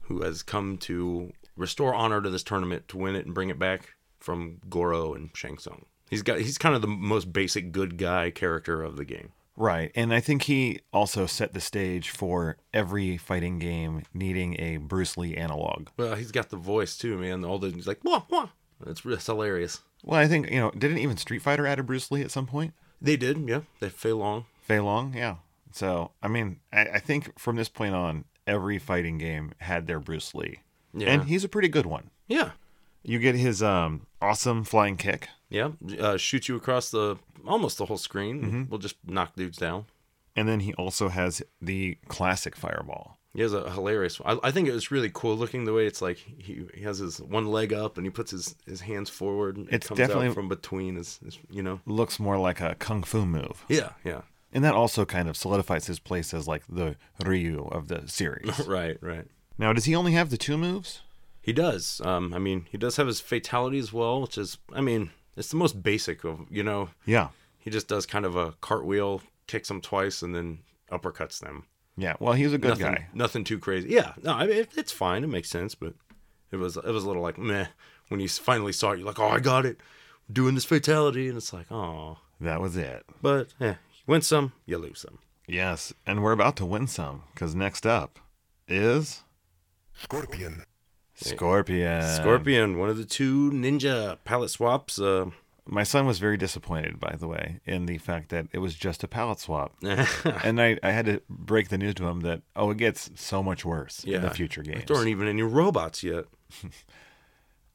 B: Who has come to restore honor to this tournament to win it and bring it back from Goro and Shang Tsung. He's got he's kind of the most basic good guy character of the game.
A: Right. And I think he also set the stage for every fighting game needing a Bruce Lee analog.
B: Well, he's got the voice too, man. All the he's like wah wah. It's, it's hilarious.
A: Well, I think, you know, didn't even Street Fighter add a Bruce Lee at some point?
B: They did, yeah. They Fei Long.
A: Fei Long, yeah. So, I mean, I, I think from this point on, every fighting game had their Bruce Lee.
B: Yeah.
A: And he's a pretty good one.
B: Yeah,
A: You get his um, awesome flying kick.
B: yeah. Uh, shoot you across the almost the whole screen. We'll just knock dudes down.
A: And then he also has the classic fireball.
B: He has a hilarious one. I, I think it was really cool looking the way it's like he, he has his one leg up and he puts his, his hands forward and
A: It's
B: it comes
A: definitely-
B: out from between his, his you know.
A: Looks more like a kung fu move.
B: Yeah, yeah.
A: And that also kind of solidifies his place as like the Ryu of the series.
B: Right, right.
A: now, does he only have the two moves?
B: He does. Um I mean, he does have his fatality as well, which is I mean, it's the most basic of, you know.
A: Yeah.
B: He just does kind of a cartwheel, kicks them twice and then uppercuts them.
A: Yeah. Well, he's a good
B: Nothing
A: guy.
B: nothing too crazy. Yeah. No, I mean it, it's fine. It makes sense, but it was it was a little like meh when you s- finally saw it. You're like, "Oh, I got it." Doing this fatality and it's like, "Oh,
A: That was it.
B: But eh, you win some, you lose some.
A: Yes. And we're about to win some because next up is
C: Scorpion,
A: Scorpion.
B: Scorpion, one of the two ninja palette swaps. Uh,
A: My son was very disappointed, by the way, in the fact that it was just a palette swap. and I, I had to break the news to him that, oh, it gets so much worse in the future games.
B: There aren't even any robots yet.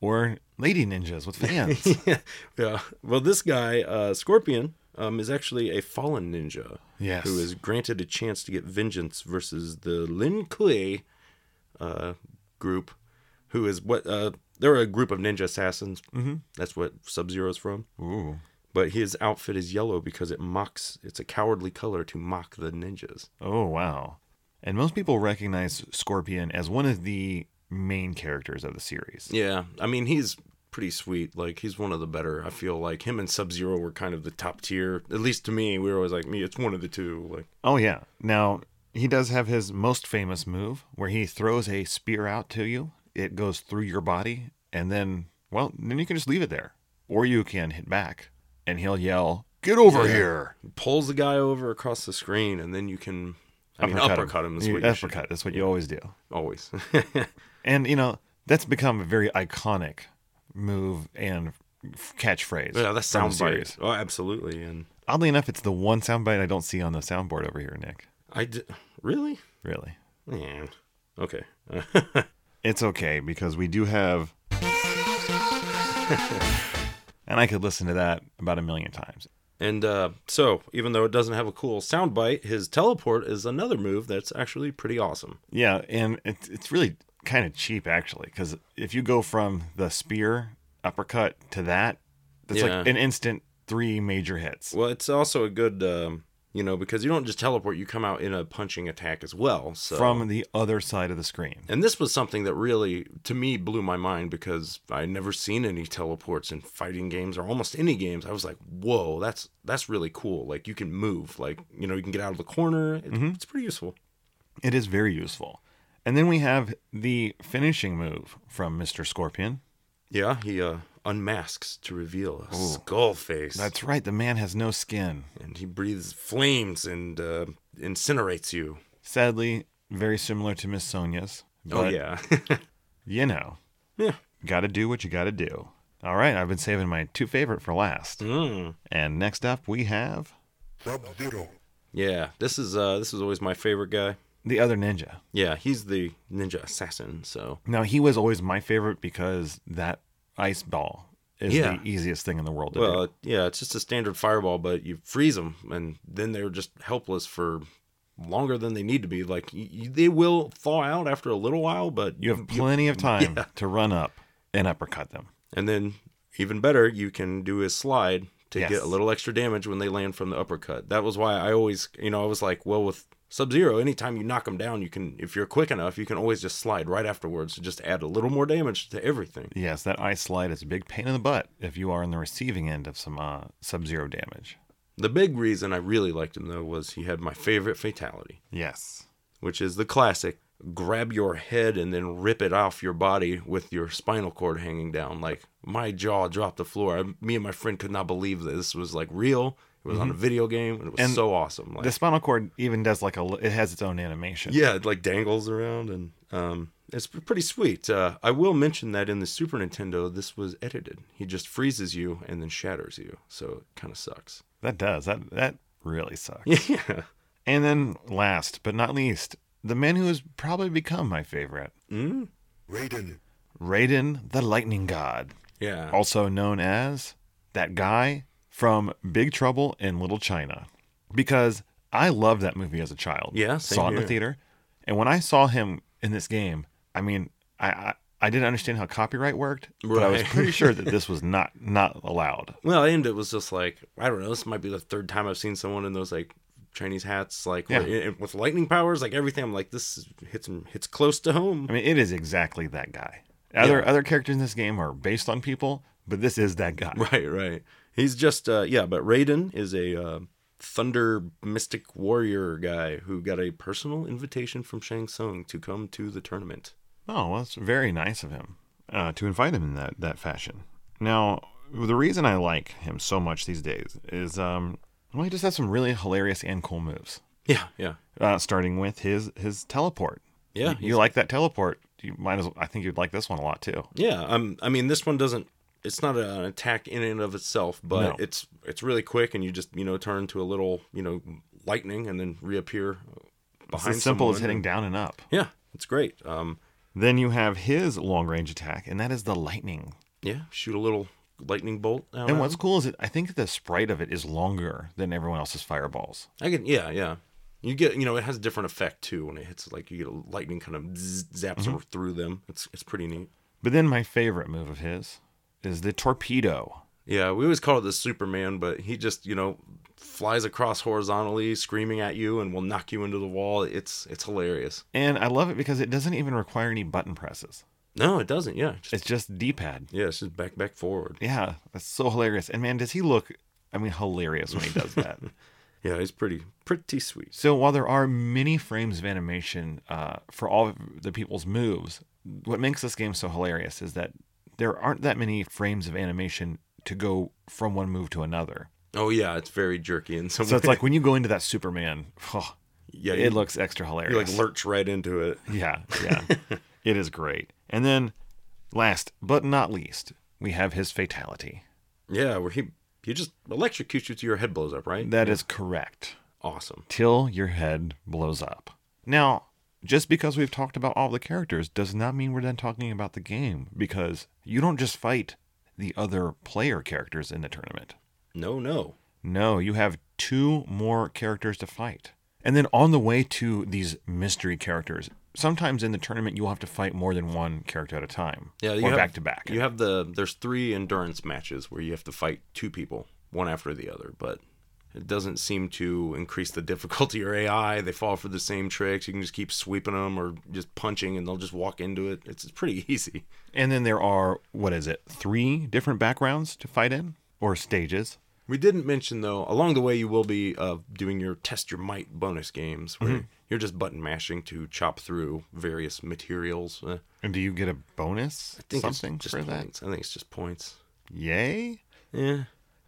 A: or lady ninjas with fans.
B: yeah. Well, this guy, uh, Scorpion, um, is actually a fallen ninja.
A: Yes.
B: Who is granted a chance to get vengeance versus the Lin Kuei uh, group, who is what. Uh, they're a group of ninja assassins. Mm-hmm. That's what Sub Zero's from.
A: Ooh.
B: But his outfit is yellow because it mocks, it's a cowardly color to mock the ninjas.
A: Oh, wow. And most people recognize Scorpion as one of the main characters of the series.
B: Yeah, I mean he's pretty sweet. Like he's one of the better. I feel like him and Sub Zero were kind of the top tier. At least to me, we were always like, me, it's one of the two. Like
A: Oh, yeah. Now, he does have his most famous move where he throws a spear out to you, it goes through your body, and then, well, then you can just leave it there. or you can hit back, and he'll yell, "Get over
B: Yeah.
A: here!"
B: Pulls the guy over across the screen, and then you can. I mean,
A: him.
B: uppercut him, is
A: You-
B: what you should
A: uppercut. That's what you always do.
B: always.
A: And you know that's become a very iconic move and f- catchphrase.
B: yeah, that
A: from the
B: sounds
A: series.
B: right. Oh, absolutely. And
A: Oddly enough, it's the one soundbite I don't see on the soundboard over here, Nick.
B: I d- really.
A: Really,
B: Yeah. Okay.
A: it's okay because we do have. and I could listen to that about a million times.
B: and uh, so, even though it doesn't have a cool soundbite, his teleport is another move that's actually pretty awesome.
A: Yeah, and it's it's really kind of cheap actually, because if you go from the spear uppercut to that, that's like
B: Yeah.
A: an instant three major hits.
B: Well, it's also a good, um, you know, because you don't just teleport; you come out in a punching attack as well. So
A: From the other side of the screen.
B: And this was something that really, to me, blew my mind because I'd never seen any teleports in fighting games or almost any games. I was like, "Whoa, that's that's really cool! Like you can move, like you know, you can get out of the corner. It's, it's pretty useful."
A: It is very useful. And then we have the finishing move from Mr. Scorpion.
B: Yeah, he uh, unmasks to reveal a skull face,
A: That's right, the man has no skin.
B: and he breathes flames and uh, incinerates you.
A: Sadly, very similar to Miss Sonia's.
B: oh
A: but,
B: yeah,
A: You know,
B: yeah.
A: gotta do what you gotta do. All right, I've been saving my two favorite for last.
B: Mm.
A: And next up we have
C: Sub Zero.
B: Yeah, this is uh, this is always my favorite guy.
A: the other ninja.
B: Yeah, he's the ninja assassin. So
A: Now he was always my favorite because that ice ball is
B: Yeah.
A: the easiest thing in the world to
B: Well,
A: do.
B: yeah, it's just a standard fireball, but you freeze them, and then they're just helpless for longer than they need to be. Like y y they will thaw out after a little while, but
A: You have plenty of time to run up and uppercut them.
B: and then even better, you can do a slide to
A: Yes.
B: get a little extra damage when they land from the uppercut. That was why I always, you know, I was like, well, with Sub Zero, anytime you knock them down, you can, if you're quick enough, you can always just slide right afterwards to just add a little more damage to everything.
A: Yes, that ice slide is a big pain in the butt if you are on the receiving end of some uh, sub-zero damage.
B: The big reason I really liked him though was he had my favorite fatality.
A: Yes.
B: which is the classic grab your head and then rip it off your body with your spinal cord hanging down. Like my jaw dropped the floor. I, me and my friend could not believe that this was like real. It was on a video game and it was
A: And
B: so awesome. Like
A: The spinal cord even does like a li- it has its own animation.
B: yeah, it like dangles around and um it's p- pretty sweet. Uh, I will mention that in the Super Nintendo, this was edited. He just freezes you and then shatters you, so it kind of sucks.
A: That does. That that really sucks.
B: Yeah,
A: And then last but not least, the man who has probably become my favorite,
C: Raiden.
A: Raiden the Lightning God.
B: yeah.
A: also known as that guy from Big Trouble in Little China, because I loved that movie as a child.
B: Yeah, same
A: saw it in the
B: here.
A: theater, and when I saw him in this game, I mean, I I, I didn't understand how copyright worked, but I was
B: Right.
A: pretty sure that this was not not allowed.
B: Well, and it was just like I don't know. This might be the third time I've seen someone in those like Chinese hats, like
A: Yeah.
B: where- and with lightning powers, like everything. I'm like, this hits hits close to home.
A: I mean, it is exactly that guy. Other other characters in this game are based on people, but this is that guy.
B: Right, right. He's just uh, yeah, but Raiden is a uh, thunder mystic warrior guy who got a personal invitation from Shang Tsung to come to the tournament.
A: Oh, well, it's very nice of him uh, to invite him in that, that fashion. Now, the reason I like him so much these days is, um, well, he just has some really hilarious and cool moves,
B: Yeah, yeah,
A: uh, starting with his, his teleport.
B: yeah.
A: You like that teleport? You might as well, I think you'd like this one a lot too.
B: Yeah, um, I mean, this one doesn't. It's not an attack in and of itself, but
A: No.
B: it's it's really quick, and you just you know turn to a little you know lightning, and then reappear
A: It's
B: behind.
A: as simple as
B: someone.
A: hitting down and up.
B: Yeah, it's great. Um,
A: Then you have his long range attack, and that is the lightning.
B: yeah, shoot a little lightning bolt. out at
A: And what's
B: him.
A: cool is it, I think the sprite of it is longer than everyone else's fireballs.
B: I can? Yeah, yeah. You get you know it has a different effect too when it hits like you get a lightning kind of zzz, zaps
A: Mm-hmm.
B: through them. It's it's pretty neat.
A: But then my favorite move of his is the torpedo.
B: Yeah, we always call it the Superman, but he just, you know, flies across horizontally, screaming at you, and will knock you into the wall. It's it's hilarious.
A: And I love it because it doesn't even require any button presses.
B: No, it doesn't. Yeah, just,
A: It's just D-pad.
B: yeah, it's just back, back, forward.
A: Yeah, that's so hilarious. And man, does he look I mean hilarious when he does that.
B: Yeah, it's pretty, pretty sweet.
A: so while there are many frames of animation uh, for all of the people's moves, what makes this game so hilarious is that there aren't that many frames of animation to go from one move to another.
B: Oh yeah, it's very jerky in some
A: So
B: way.
A: it's like when you go into that Superman, oh,
B: yeah, you,
A: it looks extra hilarious.
B: you like lurch right into it.
A: Yeah, yeah. it is great. And then last but not least, we have his fatality.
B: Yeah, where he he just electrocutes you till your head blows up, right?
A: That is correct.
B: awesome.
A: Till your head blows up. Now, just because we've talked about all the characters does not mean we're done talking about the game because you don't just fight the other player characters in the tournament.
B: No, no.
A: No, you have two more characters to fight. And then on the way to these mystery characters, sometimes in the tournament you'll have to fight more than one character at a time.
B: Yeah, you
A: or
B: have,
A: back to back.
B: You have the there's three endurance matches where you have to fight two people, one after the other, but it doesn't seem to increase the difficulty or AI. They fall for the same tricks. You can just keep sweeping them or just punching, and they'll just walk into it. It's, it's pretty easy.
A: And then there are what is it? Three different backgrounds to fight in or stages.
B: We didn't mention though, along the way you will be uh, doing your test your might bonus games where
A: Mm-hmm.
B: you're just button mashing to chop through various materials. Uh,
A: And do you get a bonus
B: I think it's
A: something
B: just
A: for that?
B: points. I think it's just points.
A: Yay!
B: Yeah.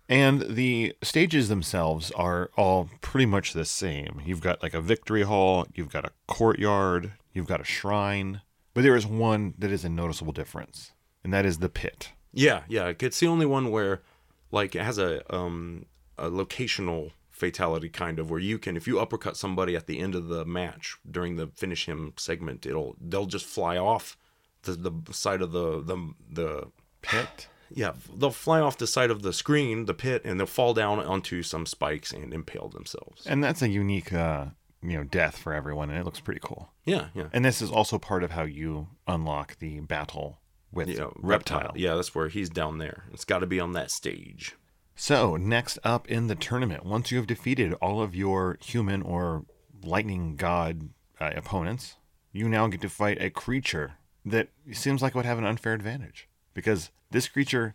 A: And the stages themselves are all pretty much the same. You've got like a victory hall, you've got a courtyard, you've got a shrine, but there is one that is a noticeable difference, and that is the pit.
B: Yeah, yeah. It's the only one where, like, it has a um a locational fatality kind of where you can if you uppercut somebody at the end of the match during the finish him segment, it'll they'll just fly off the the side of the the the
A: Pit?
B: yeah they'll fly off the side of the screen the pit and they'll fall down onto some spikes and impale themselves
A: and that's a unique, uh, you know, death for everyone, and it looks pretty cool.
B: yeah yeah
A: And this is also part of how you unlock the battle with
B: yeah
A: reptile.
B: yeah that's where he's down there it's got to be on that stage
A: So, next up in the tournament, once you have defeated all of your human or lightning god uh, opponents, you now get to fight a creature that seems like would have an unfair advantage because this creature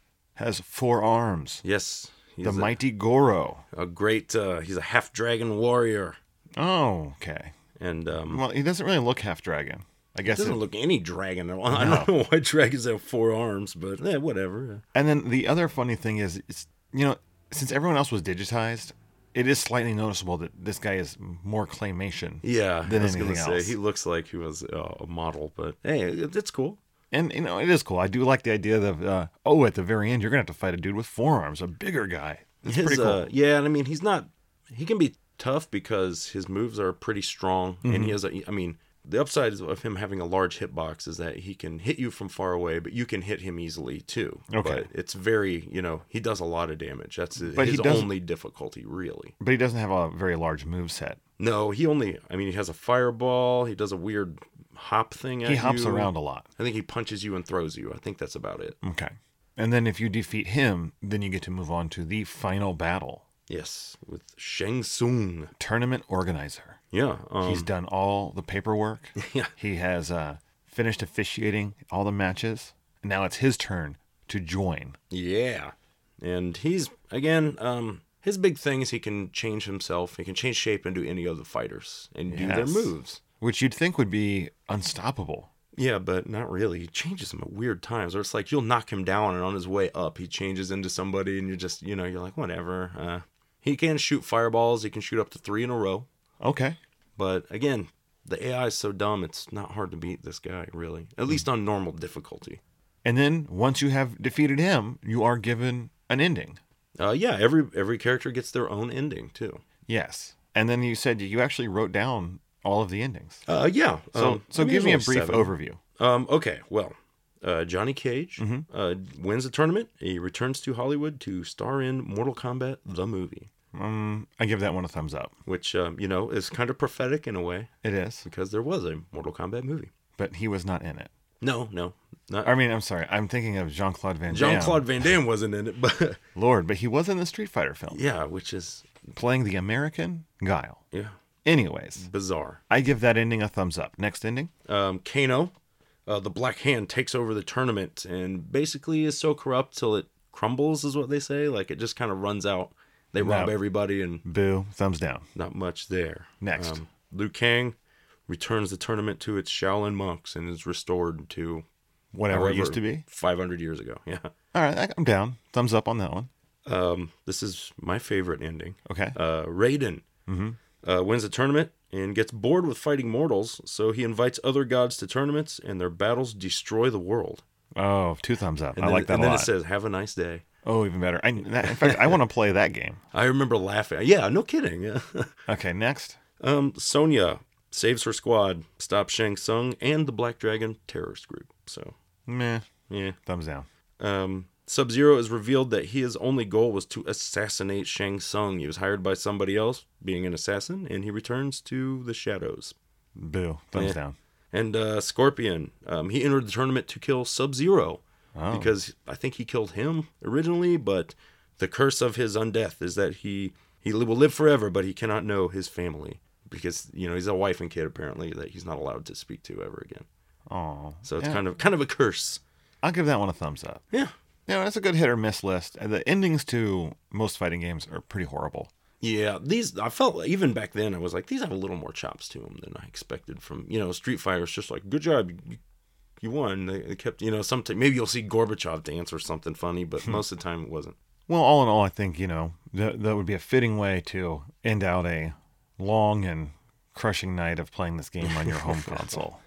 A: has four arms.
B: yes he's
A: the
B: a,
A: mighty Goro.
B: a great uh he's a half dragon warrior
A: Oh, okay.
B: and um
A: Well, he doesn't really look half dragon. I guess.
B: doesn't
A: it-
B: look any dragon. at all. I don't know why dragons have four arms, but eh, whatever.
A: and then the other funny thing is, it's, you know, since everyone else was digitized, it is slightly noticeable that this guy is more claymation.
B: Yeah,
A: Than
B: I was gonna
A: anything
B: say
A: else.
B: he looks like he was uh, a model, but hey, it, it's cool.
A: And you know, it is cool. I do like the idea of uh, oh, at the very end, you're gonna have to fight a dude with forearms, a bigger guy. It's
B: His,
A: pretty cool.
B: uh, yeah, and I mean he's not. He can be tough because his moves are pretty strong,
A: Mm-hmm.
B: and he has. A, I mean, the upside of him having a large hitbox is that he can hit you from far away, but you can hit him easily too.
A: Okay.
B: but it's very you know he does a lot of damage. That's
A: But he
B: his
A: doesn't-
B: only difficulty really.
A: but he doesn't have a very large move set.
B: No, he only. I mean, he has a fireball. He does a weird hop thing. At
A: He hops
B: you.
A: around a lot.
B: I think he punches you and throws you. I think that's about it.
A: Okay. And then if you defeat him, then you get to move on to the final battle,
B: Yes, with Sheng Tsung.
A: tournament organizer.
B: Yeah, um,
A: He's done all the paperwork.
B: Yeah.
A: He has uh, finished officiating all the matches. Now it's his turn to join.
B: yeah, and he's again. Um, his big thing is he can change himself. He can change shape into any of the fighters and do their
A: Yes.
B: moves.
A: Which you'd think would be unstoppable.
B: Yeah, but not really. He changes them at weird times, or it's like you'll knock him down, and on his way up, he changes into somebody, and you're just, you know, you're like, whatever. Uh, he can shoot fireballs. He can shoot up to three in a row.
A: Okay.
B: But again, the AI is so dumb, it's not hard to beat this guy, really. At least on normal difficulty.
A: And then once you have defeated him, you are given an ending.
B: Uh, yeah, every every character gets their own ending too.
A: Yes. And then you said you actually wrote down all of the endings.
B: Uh, yeah.
A: So,
B: um,
A: so
B: I mean,
A: give me a
B: there's
A: brief
B: only seven.
A: overview.
B: Um, okay, well, uh, Johnny Cage
A: Mm-hmm.
B: uh, wins the tournament. He returns to Hollywood to star in Mortal Kombat the movie,
A: Um, I give that one a thumbs up.
B: which um, you know is kind of prophetic in a way
A: It is,
B: because there was a Mortal Kombat movie.
A: but he was not in it.
B: No, no, not
A: I mean, I'm sorry. I'm thinking of Jean Claude Van Damme.
B: Jean Claude Van Damme wasn't in it, but
A: Lord, but he was in the Street Fighter film
B: yeah, which is
A: playing the American Guile.
B: yeah
A: Anyways,
B: bizarre.
A: I give that ending a thumbs up. Next ending?
B: um, Kano, uh, the Black Hand takes over the tournament and basically is so corrupt till it crumbles, is what they say. Like it just kind of runs out. They rob
A: No.
B: everybody and
A: Boo. Thumbs down.
B: not much there. Um,
A: Next.
B: Liu Kang returns the tournament to its Shaolin monks and is restored to
A: whatever it used to be.
B: 500 years ago. Yeah.
A: All right, I- I'm down. Thumbs up on that one.
B: Um, this is my favorite ending.
A: Okay.
B: Uh, Raiden
A: Mm-hmm.
B: uh, wins a tournament and gets bored with fighting mortals, so he invites other gods to tournaments, and their battles destroy the world.
A: Oh, two thumbs up.
B: And
A: I
B: then,
A: like that
B: And
A: a
B: then
A: lot.
B: it says, "Have a nice day."
A: oh, even better. I, that, in fact, I want to play that game.
B: I remember laughing. Yeah, no kidding. Yeah.
A: Okay, next.
B: um, Sonya saves her squad, stops Shang Tsung and the Black Dragon terrorist group. So
A: Meh.
B: yeah.
A: Thumbs down.
B: Um, Sub Zero is revealed that his only goal was to assassinate Shang Tsung. He was hired by somebody else, being an assassin, and he returns to the shadows.
A: Boo. Thumbs
B: Yeah.
A: down.
B: And uh, Scorpion, um, he entered the tournament to kill Sub Zero because I think he killed him originally, but the curse of his undeath is that he he will live forever, but he cannot know his family because you know he's a wife and kid apparently that he's not allowed to speak to ever again.
A: Oh.
B: So it's kind of kind of a curse.
A: I'll give that one a thumbs up.
B: Yeah,
A: Yeah, that's a good hit or miss list. And The endings to most fighting games are pretty horrible.
B: Yeah, these I felt like even back then I was like these have a little more chops to them than I expected from you know Street Fighter. It's just like good job, you, you won. They, they kept you know something maybe you'll see Gorbachev dance or something funny, but most of the time it wasn't.
A: Well, all in all, I think, you know, that, that would be a fitting way to end out a long and crushing night of playing this game on your home console.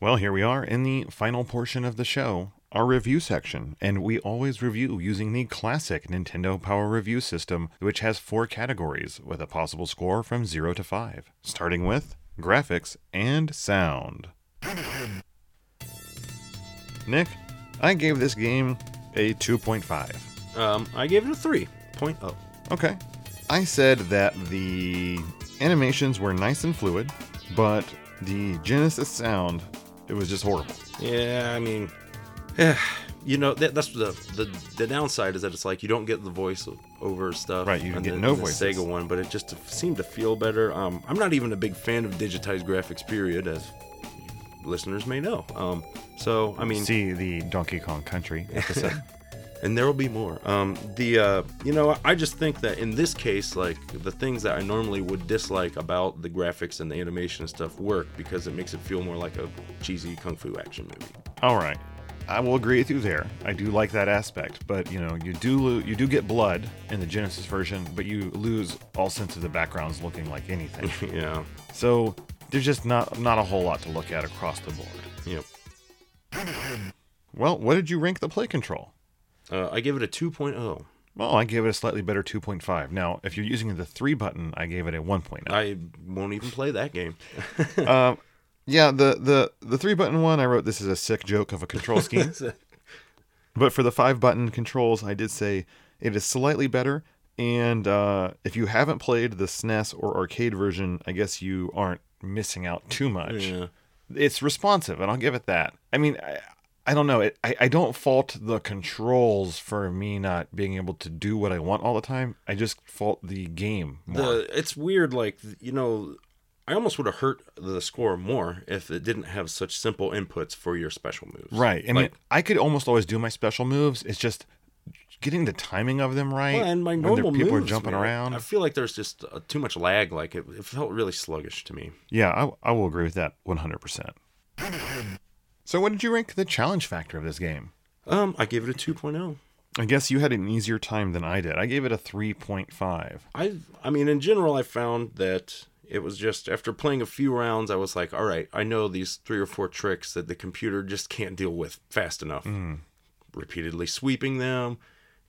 A: Well, here we are in the final portion of the show, our review section, and we always review using the classic Nintendo Power Review System, which has four categories with a possible score from 0 to 5, starting with graphics and sound. Nick, I gave this game a 2.5.
B: Um, I gave it a three point oh.
A: Okay. I said that the animations were nice and fluid, but the Genesis sound, it was just horrible.
B: Yeah, I mean, eh, you know that that's the, the the downside is that it's like you don't get the voice over stuff.
A: Right, you
B: on
A: get
B: the-
A: no
B: on the
A: voices.
B: Sega one, but it just seemed to feel better. Um, I'm not even a big fan of digitized graphics, period, as listeners may know. Um, so I mean,
A: See the Donkey Kong Country episode.
B: and there will be more. Um, the uh, you know, I just think that in this case, like the things that I normally would dislike about the graphics and the animation and stuff work because it makes it feel more like a cheesy kung fu action movie.
A: All right. I will agree with you there. I do like that aspect, but you know, you do lo- you do get blood in the Genesis version, but you lose all sense of the backgrounds looking like anything.
B: Yeah.
A: so there's just not not a whole lot to look at across the board.
B: Yep.
A: Well, what did you rank the play control?
B: Uh, I give it a oh. 2.0.
A: Well, I gave it a slightly better 2.5. Now, if you're using the 3 button, I gave it a 1.0.
B: I won't even play that game.
A: Yeah, the, the, the 3 button one, I wrote this is a sick joke of a control scheme. but for the 5 button controls, I did say it is slightly better. And uh, if you haven't played the SNES or arcade version, I guess you aren't missing out too much.
B: Yeah.
A: It's responsive, and I'll give it that. I mean, I, I don't know. It, I, I don't fault the controls for me not being able to do what I want all the time. I just fault the game more.
B: The, it's weird, like, you know, I almost would have hurt the score more if it didn't have such simple inputs for your special moves.
A: Right. I mean,
B: Like-
A: I could almost always do my special moves. It's just getting the timing of them right.
B: Well, and my
A: when the
B: normal
A: people
B: moves,
A: are jumping
B: man,
A: around.
B: I feel like there's just uh, too much lag. Like it, it felt really sluggish to me.
A: Yeah, I, I will agree with that 100%. So, what did you rank the challenge factor of this game?
B: Um, I gave it a 2.0.
A: I guess you had an easier time than I did. I gave it a 3.5.
B: I I mean in general I found that it was just after playing a few rounds I was like, all right, I know these three or four tricks that the computer just can't deal with fast enough.
A: Mm-hmm.
B: Repeatedly sweeping them,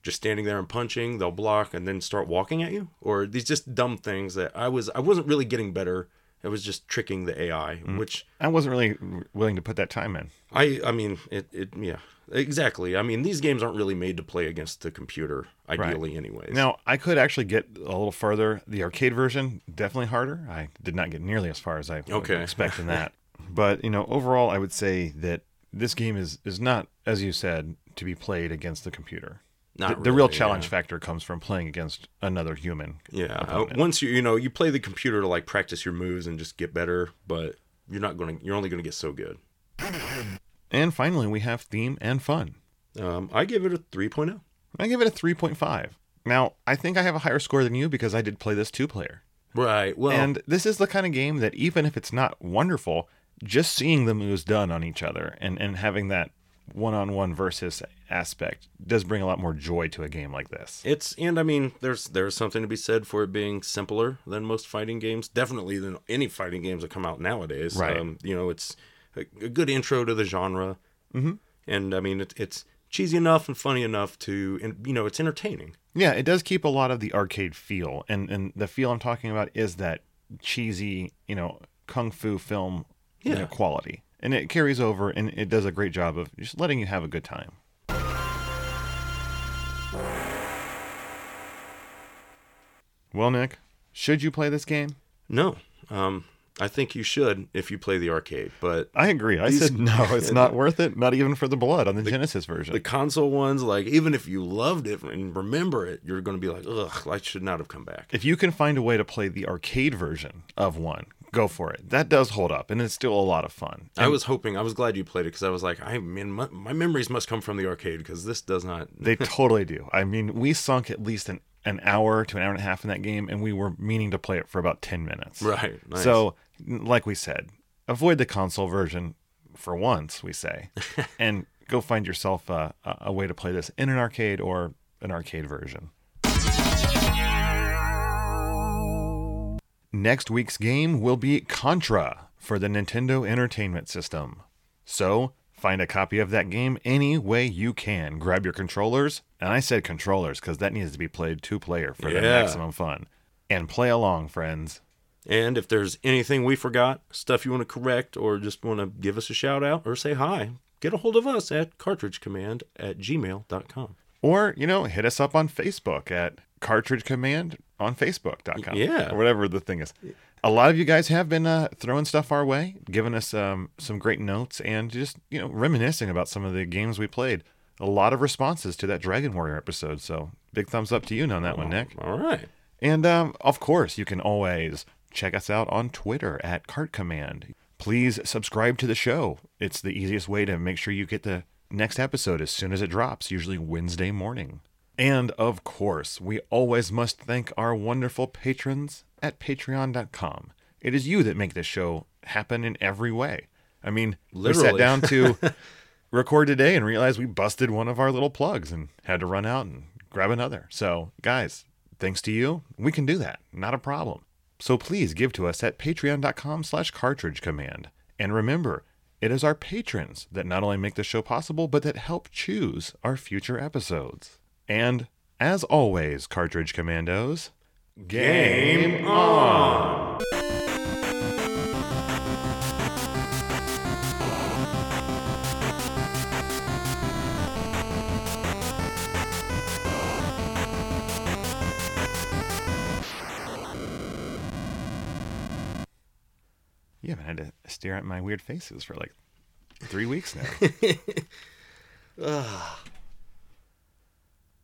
B: just standing there and punching, they'll block and then start walking at you or these just dumb things that I was I wasn't really getting better. It was just tricking the AI,
A: Mm.
B: which
A: I wasn't really w- willing to put that time in.
B: I I mean it it yeah. Exactly. I mean these games aren't really made to play against the computer ideally anyways.
A: Now, I could actually get a little further. The arcade version, definitely harder. I did not get nearly as far as I was
B: Okay.
A: expecting that. But, you know, overall, I would say that this game is, is not, as you said, to be played against the computer.
B: Not
A: the, the real
B: really,
A: challenge
B: yeah.
A: factor comes from playing against another human.
B: Yeah. uh, Once you you know you play the computer to like practice your moves and just get better, but you're not gonna you're only gonna get so good.
A: And finally, we have theme and fun.
B: Um, I give it a oh. 3.0.
A: I give it a 3.5. Now, I think I have a higher score than you because I did play this two player.
B: Right. Well,
A: And this is the kind of game that even if it's not wonderful, just seeing the moves done on each other and, and having that one on one versus aspect does bring a lot more joy to a game like this.
B: It's and I mean there's there's something to be said for it being simpler than most fighting games, definitely than any fighting games that come out nowadays. Um,
A: Right.
B: you know, it's a, a good intro to the genre, mm-hmm. and I mean it, it's cheesy enough and funny enough to, and you know, it's entertaining.
A: Yeah, it does keep a lot of the arcade feel, and and the feel I'm talking about is that cheesy, you know, kung fu film you know,
B: Yeah.
A: quality, and it carries over, and it does a great job of just letting you have a good time. Well, Nick, should you play this game?
B: No, um, I think you should if you play the arcade, but
A: I agree. I said no, it's not worth it. Not even for the blood on the, Genesis version.
B: the console ones, like even if you loved it and remember it, you're going to be like, ugh, I should not have come back.
A: if you can find a way to play the arcade version of one, go for it. That does hold up, and it's still a lot of fun.
B: I was hoping. I was glad you played it because I was like, I mean, my, my memories must come from the arcade because this does not.
A: They totally do. I mean, we sunk at least an, an hour to an hour and a half in that game, and we were meaning to play it for about 10 minutes.
B: Right. Nice.
A: So, n- like we said, avoid the console version for once, we say, and go find yourself a, a a way to play this in an arcade or an arcade version. Next week's game will be Contra for the Nintendo Entertainment System. So, find a copy of that game any way you can. Grab your controllers, and I said controllers because that needs to be played two player for the
B: Yeah.
A: maximum fun. And play along, friends.
B: And if there's anything we forgot, stuff you want to correct, or just want to give us a shout out or say hi, get a hold of us at cartridgecommand at gmail.com.
A: Or, you know, hit us up on Facebook at cartridge command on facebook.com.
B: Yeah.
A: Or whatever the thing is. A lot of you guys have been uh, throwing stuff our way, giving us um, some great notes and just, you know, reminiscing about some of the games we played. A lot of responses to that Dragon Warrior episode. So big thumbs up to you on that one, Nick.
B: All right.
A: And um, of course, you can always check us out on Twitter at Cart Command. Please subscribe to the show. It's the easiest way to make sure you get the next episode as soon as it drops, usually Wednesday morning. And of course, we always must thank our wonderful patrons at patreon.com. It is you that make this show happen in every way. I mean, we sat
B: Literally.
A: down to record today and realized we busted one of our little plugs and had to run out and grab another. So, guys, thanks to you, we can do that. Not a problem. So please give to us at patreon.com slash cartridge command. And remember, it is our patrons that not only make the show possible, but that help choose our future episodes. And as always, Cartridge Commandos,
B: Game on.
A: you haven't had to stare at my weird faces for like three weeks now.